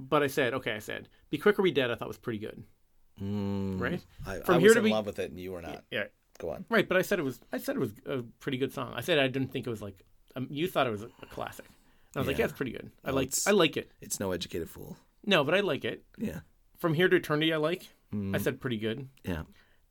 S2: But I said, okay, I said, Be Quick or Be Dead, I thought was pretty good, right?
S1: Mm. I,
S2: From
S1: I
S2: here
S1: was
S2: to
S1: in
S2: be-
S1: love with it, and you were not.
S2: Yeah,
S1: Go on.
S2: right. But I said it was, I said it was a pretty good song. I said I didn't think it was like, um, you thought it was a classic. I was like, yeah, it's pretty good. I like,
S1: it's-
S2: I like it.
S1: It's no educated fool.
S2: No, but I like it.
S1: Yeah.
S2: From Here to Eternity, I like.
S1: Mm-hmm.
S2: I said pretty good.
S1: Yeah.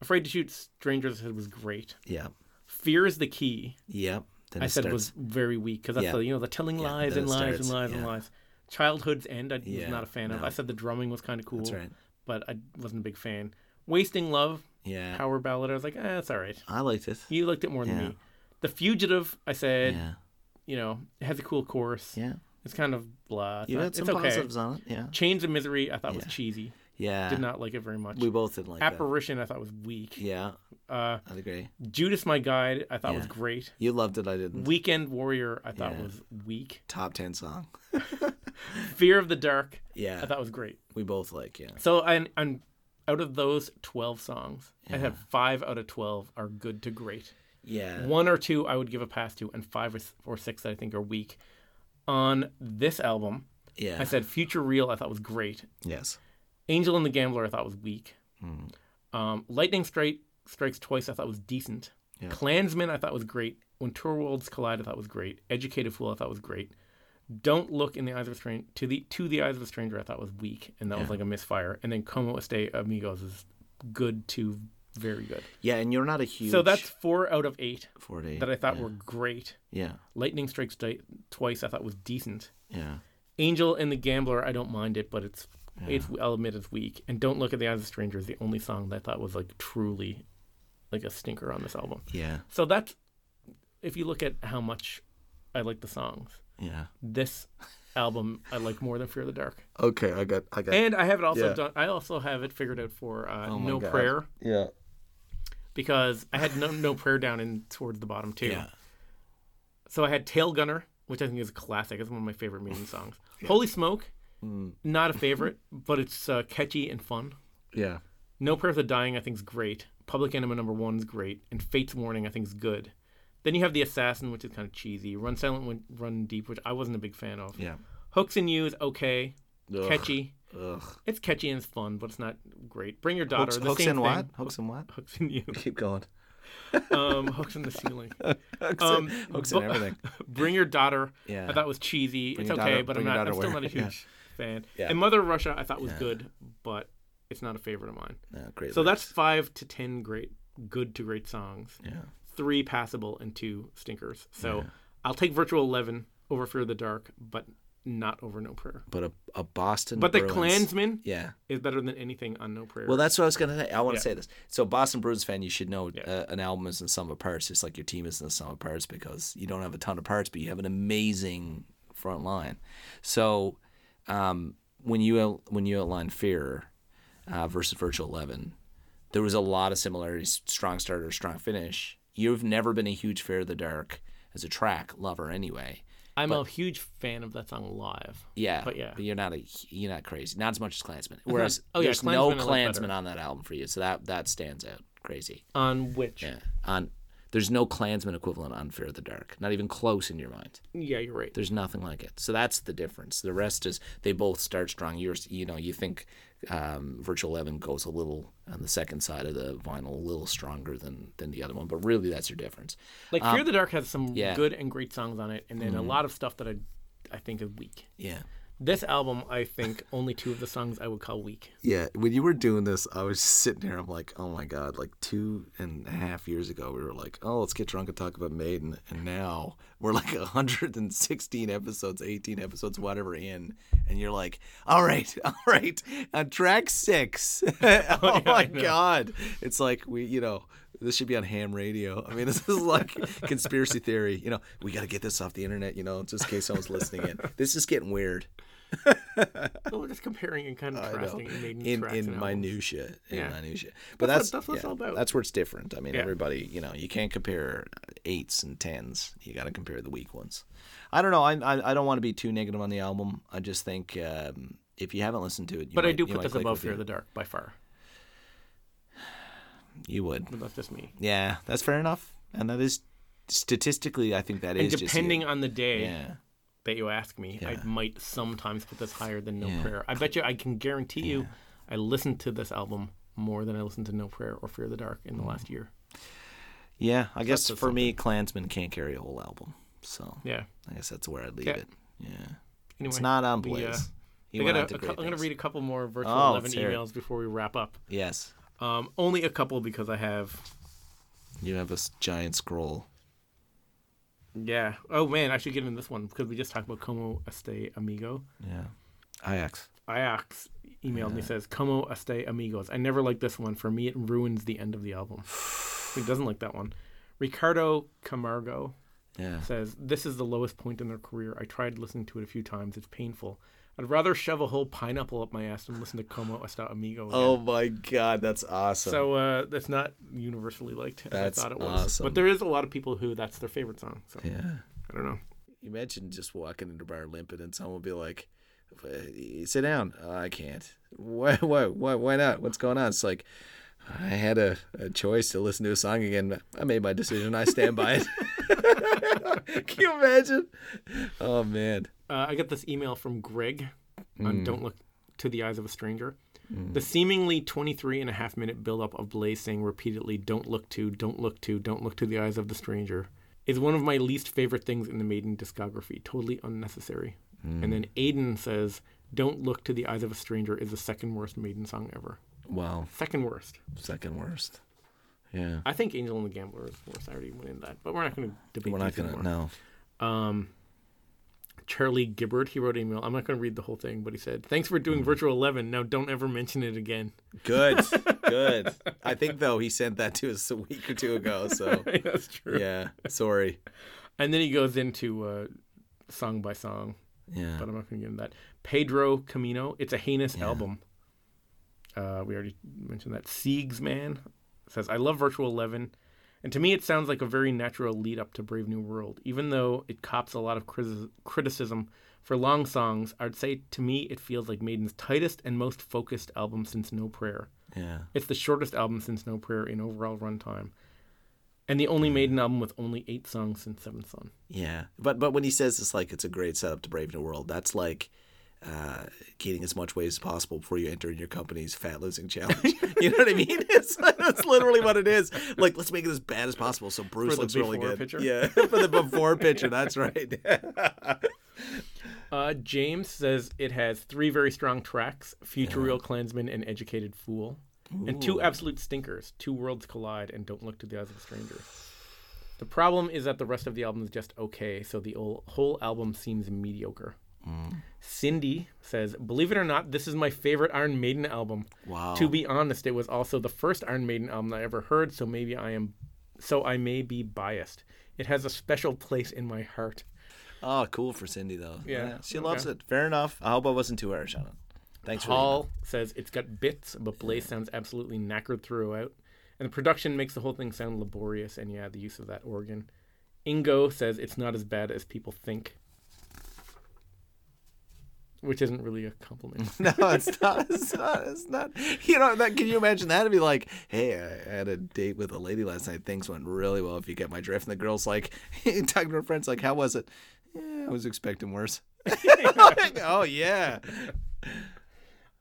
S2: Afraid to Shoot Strangers, I said was great.
S1: Yeah.
S2: Fear is the key.
S1: Yeah. Then
S2: I
S1: it
S2: said
S1: starts-
S2: it was very weak because that's
S1: Yeah.
S2: the you know the telling lies
S1: then
S2: and
S1: it
S2: lies
S1: starts,
S2: and lies and
S1: yeah.
S2: lies. Childhood's end I was
S1: Yeah,
S2: not a fan of.
S1: no.
S2: I said the drumming was kind of cool,
S1: right.
S2: but I wasn't a big fan. Wasting love,
S1: Yeah.
S2: power ballad. I was like, eh, that's all right.
S1: I liked it.
S2: You liked it more than
S1: Yeah.
S2: me. The fugitive, I said,
S1: Yeah.
S2: you know, it has a cool chorus.
S1: Yeah.
S2: It's kind of blah. It's,
S1: You
S2: not-
S1: had some
S2: it's okay.
S1: positives on it. Yeah.
S2: Chains of misery, I thought was
S1: Yeah.
S2: cheesy.
S1: Yeah.
S2: Did not like it very much.
S1: We both didn't like that.
S2: Apparition, I thought was weak.
S1: Yeah.
S2: Uh,
S1: I agree.
S2: Judas, my guide, I thought was
S1: Yeah.
S2: great.
S1: You loved it. I didn't.
S2: Weekend Warrior, I thought
S1: Yeah.
S2: was weak.
S1: Top 10 song.
S2: Fear of the Dark,
S1: Yeah.
S2: I thought was great.
S1: we both like, yeah.
S2: So and and out of those twelve songs, I have five out of twelve are good to great.
S1: Yeah.
S2: One or two I would give a pass to, and five or, s- or six that I think are weak. On this album,
S1: yeah.
S2: I said Future Real I thought was great.
S1: yes.
S2: Angel and the Gambler I thought was weak. Um, Lightning Strike Strikes Twice I thought was decent. Klansman I thought was great. When Tour Worlds Collide I thought was great. Educated Fool I thought was great. Don't look in the eyes of a stranger to the to the eyes of a stranger I thought was weak and that was like a misfire. And then Como Este Amigos is good to very good.
S1: Yeah. And you're not a huge.
S2: So that's four out of eight
S1: 40.
S2: that I thought were great.
S1: Yeah.
S2: Lightning Strikes Di- Twice I thought was decent.
S1: Yeah.
S2: Angel and the Gambler, I don't mind it, but it's it's I'll admit it's weak. And Don't Look at the Eyes of Strangers, the only song that I thought was like truly like a stinker on this album.
S1: Yeah.
S2: So that's if you look at how much I like the songs,
S1: Yeah.
S2: this album I like more than Fear the Dark.
S1: Okay. I got, I got.
S2: And I have it also
S1: Yeah. Oh
S2: done I also have it figured out for uh,
S1: my
S2: No
S1: God.
S2: Prayer
S1: yeah.
S2: because I had no no prayer down in towards the bottom too.
S1: Yeah.
S2: So I had Tail Gunner, which I think is a classic. It's one of my favorite Maiden songs. Holy Smoke,
S1: Hmm.
S2: not a favorite, but it's uh, catchy and fun.
S1: Yeah.
S2: No Prayer for the Dying, I think, is great. Public Enema number one is great. And Fate's Warning, I think, is good. Then you have The Assassin, which is kind of cheesy. Run Silent, Win- Run Deep, which I wasn't a big fan of.
S1: Yeah.
S2: Hooks and You is okay.
S1: Ugh.
S2: Catchy.
S1: Ugh.
S2: It's catchy and it's fun, but it's not great. Bring Your Daughter.
S1: Hooks,
S2: the
S1: hooks
S2: same
S1: and what?
S2: thing.
S1: Hooks and what?
S2: Hooks in You.
S1: Keep going.
S2: Um, hooks in the Ceiling.
S1: Hooks,
S2: Um,
S1: and, hooks
S2: but-
S1: and everything.
S2: Bring Your Daughter.
S1: Yeah.
S2: I thought was cheesy. it's
S1: Your
S2: okay,
S1: Daughter-
S2: but I'm
S1: Bring Your
S2: not. I'm
S1: Daughter
S2: still
S1: where?
S2: not a
S1: Yeah.
S2: huge fan.
S1: Yeah.
S2: And Mother of Russia, I thought was good, but it's not a favorite of mine.
S1: Yeah, great.
S2: So
S1: lyrics.
S2: that's five to ten great, good to great songs. Yeah. Three passable and two stinkers. So I'll take Virtual Eleven over Fear of the Dark, but not over No Prayer.
S1: But a, a Boston.
S2: But the
S1: Bruins-
S2: Klansman
S1: Yeah.
S2: is better than anything on No Prayer.
S1: Well, that's what I was gonna say. I want to
S2: Yeah.
S1: say this. So, Boston Bruins fan, you should know
S2: Yeah.
S1: uh, an album is the sum of parts, just like your team is the sum of parts, because you don't have a ton of parts, but you have an amazing front line. So, um, when you out- when you outline Fear uh, versus Virtual Eleven, there was a lot of similarities: strong starter, strong finish. You've never been a huge Fear of the Dark as a track lover, anyway.
S2: I'm a huge fan of that song live.
S1: Yeah,
S2: But yeah.
S1: you're not a you're not crazy, not as much as Klansman. Whereas
S2: Oh, yeah,
S1: there's
S2: Klansman I like
S1: no
S2: better.
S1: Klansman on that album for you, so that that stands out crazy.
S2: On which?
S1: Yeah, on there's no Klansman equivalent on Fear of the Dark, not even close in your mind.
S2: Yeah, you're right.
S1: There's nothing like it. So that's the difference. The rest is they both start strong. Yours, you know, you think um, Virtual Eleven goes a little on the second side of the vinyl, a little stronger than than the other one, but really that's your difference.
S2: Like Fear of the Dark has some
S1: um, yeah. Mm-hmm.
S2: good and great songs on it, and then a lot of stuff that I, I think is weak.
S1: Yeah.
S2: This album, I think, only two of the songs I would call weak.
S1: Yeah, when you were doing this, I was just sitting there. I'm like, oh my god! Like two and a half years ago, we were like, oh, let's get drunk and talk about Maiden, and now we're like 116 episodes, 18 episodes, whatever in, and you're like, all right, all right, on track six. oh my god! It's like we, you know, this should be on ham radio. I mean, this is like conspiracy theory. You know, we got to get this off the internet. You know, just in case someone's listening. It. This is getting weird.
S2: Well, we're just comparing and
S1: I know.
S2: contrasting and making
S1: in
S2: tracks
S1: in
S2: and
S1: minutia, in
S2: Yeah.
S1: minutia. But
S2: That's
S1: that's
S2: what- that's what it's all about.
S1: That's where it's different. I mean,
S2: Yeah.
S1: everybody, you know, you can't compare eights and tens. You got to compare the weak ones. I don't know. I I, I don't want to be too negative on the album. I just think um, if you haven't listened to it, you
S2: But I
S1: might-
S2: do
S1: you
S2: put
S1: might
S2: this
S1: click
S2: above
S1: with
S2: Fear of
S1: it.
S2: the Dark by far.
S1: You would.
S2: But that's just me.
S1: Yeah, that's fair enough. And that is statistically, I think that is
S2: And
S1: just
S2: depending
S1: you.
S2: on the day
S1: yeah.
S2: that you ask me, I
S1: Yeah.
S2: might sometimes put this higher than No
S1: Yeah.
S2: Prayer. I bet you, I can guarantee you, I listened to this album more than I listened to No Prayer or Fear of the Dark
S1: Mm.
S2: in the last year.
S1: Yeah, I guess
S2: says
S1: for me, Klansman can't carry a whole album. So
S2: Yeah.
S1: I guess that's where I'd leave
S2: Yeah.
S1: it. Yeah.
S2: Anyway,
S1: It's not on
S2: we, uh,
S1: Blaze. He
S2: I
S1: went
S2: got a-
S1: on to
S2: a cou-
S1: great
S2: I'm going to
S1: things.
S2: read a couple more Virtual
S1: Oh,
S2: 11
S1: let's hear it.
S2: emails before we wrap up.
S1: Yes.
S2: Um, only a couple because I have.
S1: You have a s- giant scroll.
S2: Yeah. Oh, man, I should get in this one because we just talked about Como Este Amigo.
S1: Yeah. Ajax.
S2: Ajax emailed me says, Como este amigos. I never liked this one. For me, it ruins the end of the album. Who doesn't like that one? Ricardo Camargo
S1: Yeah.
S2: says, This is the lowest point in their career. I tried listening to it a few times. It's painful. I'd rather shove a whole pineapple up my ass than listen to Como Esta Amigo. Again.
S1: Oh my god, that's awesome.
S2: So uh, that's not universally liked as
S1: That's
S2: I thought it was.
S1: awesome.
S2: But there is a lot of people who that's their favorite song. So
S1: yeah.
S2: I don't know.
S1: Imagine just walking into Bar Limpet and someone would be like, "Uh, "Sit down." "Oh, I can't. Why? Why? Why? Why not? What's going on? It's like I had a, a choice to listen to a song again. I made my decision. I stand by it. Can you imagine? Oh man.
S2: Uh, I got this email from Greg
S1: Hmm.
S2: on Don't Look to the Eyes of a Stranger. The seemingly 23 and a half minute buildup of Blaze saying repeatedly, Don't look to, don't look to, don't look to the eyes of the stranger is one of my least favorite things in the Maiden discography. Totally unnecessary. And then
S1: Hmm.
S2: Aiden says, Don't look to the eyes of a stranger is the second worst Maiden song ever.
S1: Wow.
S2: Second worst.
S1: Second worst. Yeah.
S2: I think Angel and the Gambler is worse. I already went into that, but we're not going to debate
S1: We're not
S2: these
S1: gonna.
S2: anymore.
S1: No.
S2: Charlie Gibbard, he wrote an email. I'm not going to read the whole thing, but he said, Thanks for doing Virtual 11. Now don't ever mention it again.
S1: Good, good. I think though he sent that to us a week or two ago. So
S2: That's true.
S1: yeah, sorry.
S2: And then he goes into uh, song by song,
S1: Yeah,
S2: but I'm not going to get into that. Pedro Camino, it's a heinous album. Uh, we already mentioned that. Siegs Man says, I love Virtual 11. And to me, it sounds like a very natural lead up to Brave New World. Even though it cops a lot of criti- criticism for long songs, I'd say to me, it feels like Maiden's tightest and most focused album since No Prayer.
S1: yeah,
S2: It's the shortest album since No Prayer in overall runtime, and the only Maiden album with only eight songs since Seventh Son.
S1: yeah. But but when he says it's like it's a great setup to Brave New World, that's like uh, getting as much weight as possible before you enter in your company's fat losing challenge. you know what I mean? It's, that's literally what it is. Like let's make it as bad as possible so Bruce
S2: the
S1: looks really
S2: before
S1: good.
S2: picture?
S1: Yeah, for the before picture. That's right.
S2: Uh, James says it has three very strong tracks: "Future Real Klansman" and "Educated Fool," and two absolute stinkers: "Two Worlds Collide" and "Don't Look to the Eyes of a Stranger." The problem is that the rest of the album is just okay, so the ol- whole album seems mediocre. Cindy says, "Believe it or not, this is my favorite Iron Maiden album.
S1: Wow.
S2: To be honest, it was also the first Iron Maiden album I ever heard, so maybe I am, so I may be biased. It has a special place in my heart."
S1: oh, cool for Cindy though.
S2: Yeah,
S1: she loves it. Fair enough. I hope I wasn't too Irish on it. Thanks for the
S2: Paul says it's got bits, but Blaze sounds absolutely knackered throughout. And the production makes the whole thing sound laborious, and yeah, the use of that organ. Ingo says it's not as bad as people think, which isn't really a compliment.
S1: No, it's not. It's not. It's not. You know, that, can you imagine that? It'd be like, hey, I had a date with a lady last night. Things went really well. If you get my drift, and the girl's like, talking to her friends, like, how was it? "Eh, I was expecting worse. oh yeah.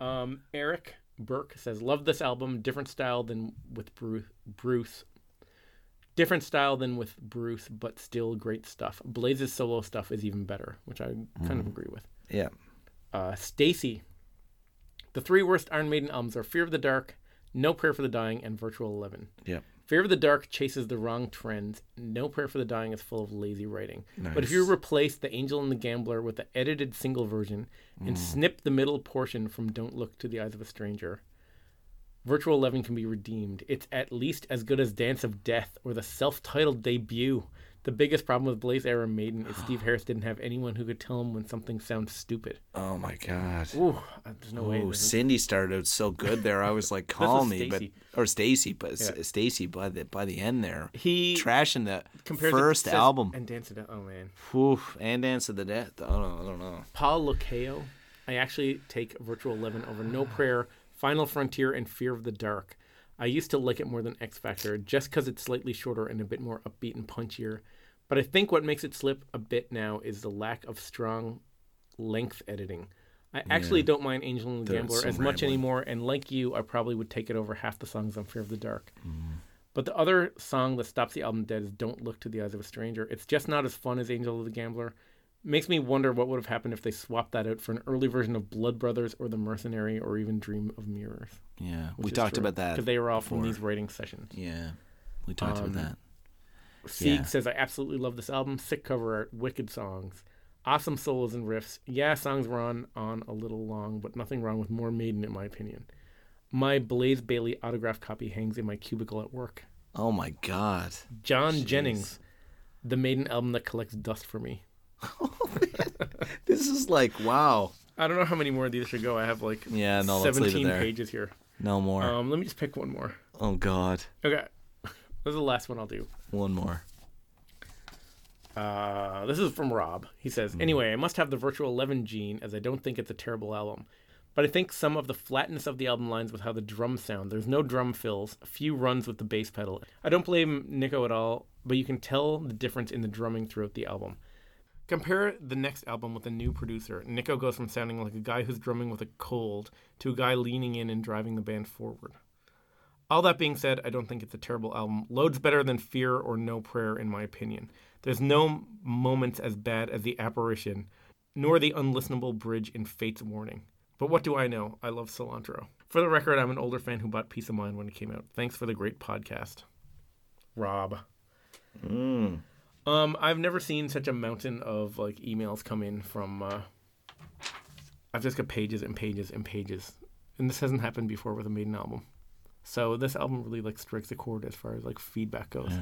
S2: um, Eric Burke says, Love this album. Different style than with Bruce. Bruce. Different style than with Bruce, but still great stuff. Blaze's solo stuff is even better, which I kind of agree with.
S1: Yeah.
S2: Uh, Stacy. The three worst Iron Maiden albums are Fear of the Dark, No Prayer for the Dying, and Virtual Eleven.
S1: Yep.
S2: Fear of the Dark chases the wrong trends. No Prayer for the Dying is full of lazy writing. But
S1: Nice.
S2: if you replace The Angel and the Gambler with the edited single version and snip the middle portion from Don't Look to the Eyes of a Stranger, Virtual Eleven can be redeemed. It's at least as good as Dance of Death or the self titled debut. The biggest problem with Blaze era Maiden is Steve Harris didn't have anyone who could tell him when something sounds stupid.
S1: Oh my god.
S2: Ooh, uh, there's no way.
S1: Oh,
S2: this is-
S1: Cindy started out so good there. I was like, "Call
S2: was
S1: me," but
S2: Stacey.
S1: or Stacy, but S Stacy by the by the end there,
S2: He
S1: trashing that
S2: compared the
S1: first
S2: success-
S1: album.
S2: and Dance of Death. Oh man.
S1: Oof, and Dance of the Death. I don't know. I don't know.
S2: Paul Locao. I actually take Virtual Eleven over No Prayer, Final Frontier, and Fear of the Dark. I used to like it more than X Factor just because it's slightly shorter and a bit more upbeat and punchier. But I think what makes it slip a bit now is the lack of strong length editing. I actually don't mind Angel and the
S1: They're
S2: Gambler
S1: so
S2: as much
S1: rambling.
S2: anymore, and like you, I probably would take it over half the songs on Fear of the Dark. But the other song that stops the album dead is Don't Look to the Eyes of a Stranger. It's just not as fun as Angel of the Gambler. Makes me wonder what would have happened if they swapped that out for an early version of Blood Brothers or The Mercenary or even Dream of Mirrors.
S1: Yeah, we talked about that.
S2: Because they were all from
S1: before.
S2: these writing sessions.
S1: Yeah, we talked about that.
S2: Sieg
S1: Yeah.
S2: says, I absolutely love this album. Sick cover art, wicked songs, awesome solos and riffs. Yeah, songs were on, on a little long, but nothing wrong with more Maiden, in my opinion. My Blaze Bailey autograph copy hangs in my cubicle at work.
S1: Oh my god.
S2: John Jennings, the Maiden album that collects dust for me.
S1: This is like wow.
S2: I don't know how many more of these should go. I have like
S1: Yeah, no, let's leave it
S2: 17
S1: there.
S2: pages here.
S1: No more.
S2: Um, let me just pick one more.
S1: oh god.
S2: Okay. This is the last one I'll do.
S1: One more.
S2: Uh, this is from Rob. He says, Anyway, I must have the Virtual 11 gene as I don't think it's a terrible album. But I think some of the flatness of the album lines with how the drums sound. There's no drum fills, a few runs with the bass pedal. I don't blame Nico at all, but you can tell the difference in the drumming throughout the album. Compare the next album with a new producer. Nico goes from sounding like a guy who's drumming with a cold to a guy leaning in and driving the band forward. All that being said, I don't think it's a terrible album. Loads better than Fear or No Prayer, in my opinion. There's no moments as bad as The Apparition, nor the unlistenable bridge in Fate's Warning. But what do I know? I love cilantro. For the record, I'm an older fan who bought Peace of Mind when it came out. Thanks for the great podcast, Rob. Um, I've never seen such a mountain of like emails come in from. Uh, I've just got pages and pages and pages, and this hasn't happened before with a maiden album. So this album really like strikes a chord as far as like feedback goes.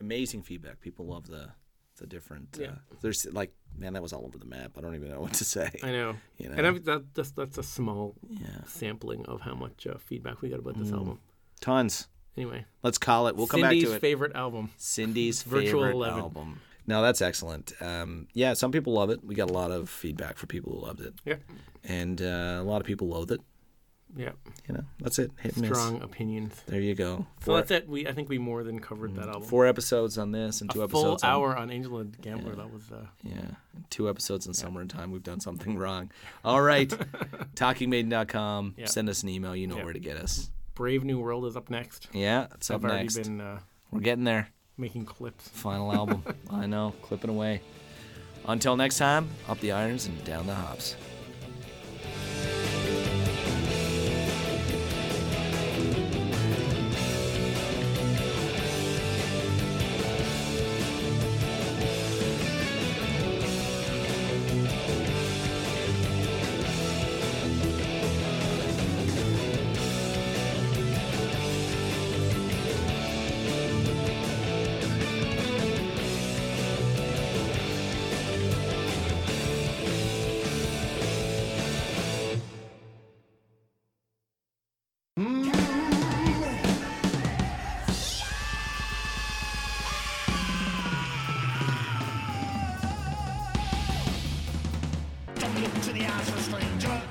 S1: Amazing feedback. People love the the different. Uh, there's like man, that was all over the map. I don't even know what to say.
S2: I know.
S1: You know.
S2: And I've, that that's, that's a small
S1: Yeah.
S2: sampling of how much uh, feedback we got about this album.
S1: Tons.
S2: Anyway,
S1: Let's call it. We'll Mm. come back
S2: Cindy's
S1: to it.
S2: favorite album.
S1: Cindy's
S2: Virtual
S1: favorite
S2: 11.
S1: album. No, that's excellent. Um, yeah, some people love it. We got a lot of feedback for people who loved it,
S2: Yeah,
S1: and uh, a lot of people loathe it.
S2: yeah.
S1: You know, that's it. Hit and miss.
S2: Strong opinions.
S1: There you go.
S2: So
S1: Four, Mm.
S2: that's it. We I think we more than covered that album.
S1: four episodes on this and two
S2: a full
S1: episodes.
S2: hour on Angel and the Gambler. That was uh,
S1: On, yeah, two episodes in summer and time. We've done something wrong. All right, talkingmaiden.com.
S2: Yeah.
S1: Send us an email. You know
S2: Yeah.
S1: where to get us.
S2: Brave New World is up next.
S1: Yeah, it's up
S2: I've already
S1: next.
S2: been uh,
S1: We're getting there.
S2: making clips.
S1: Final album. I know. Clipping away. Until next time, up the irons and down the hops.
S4: Don't look to the eyes of a stranger.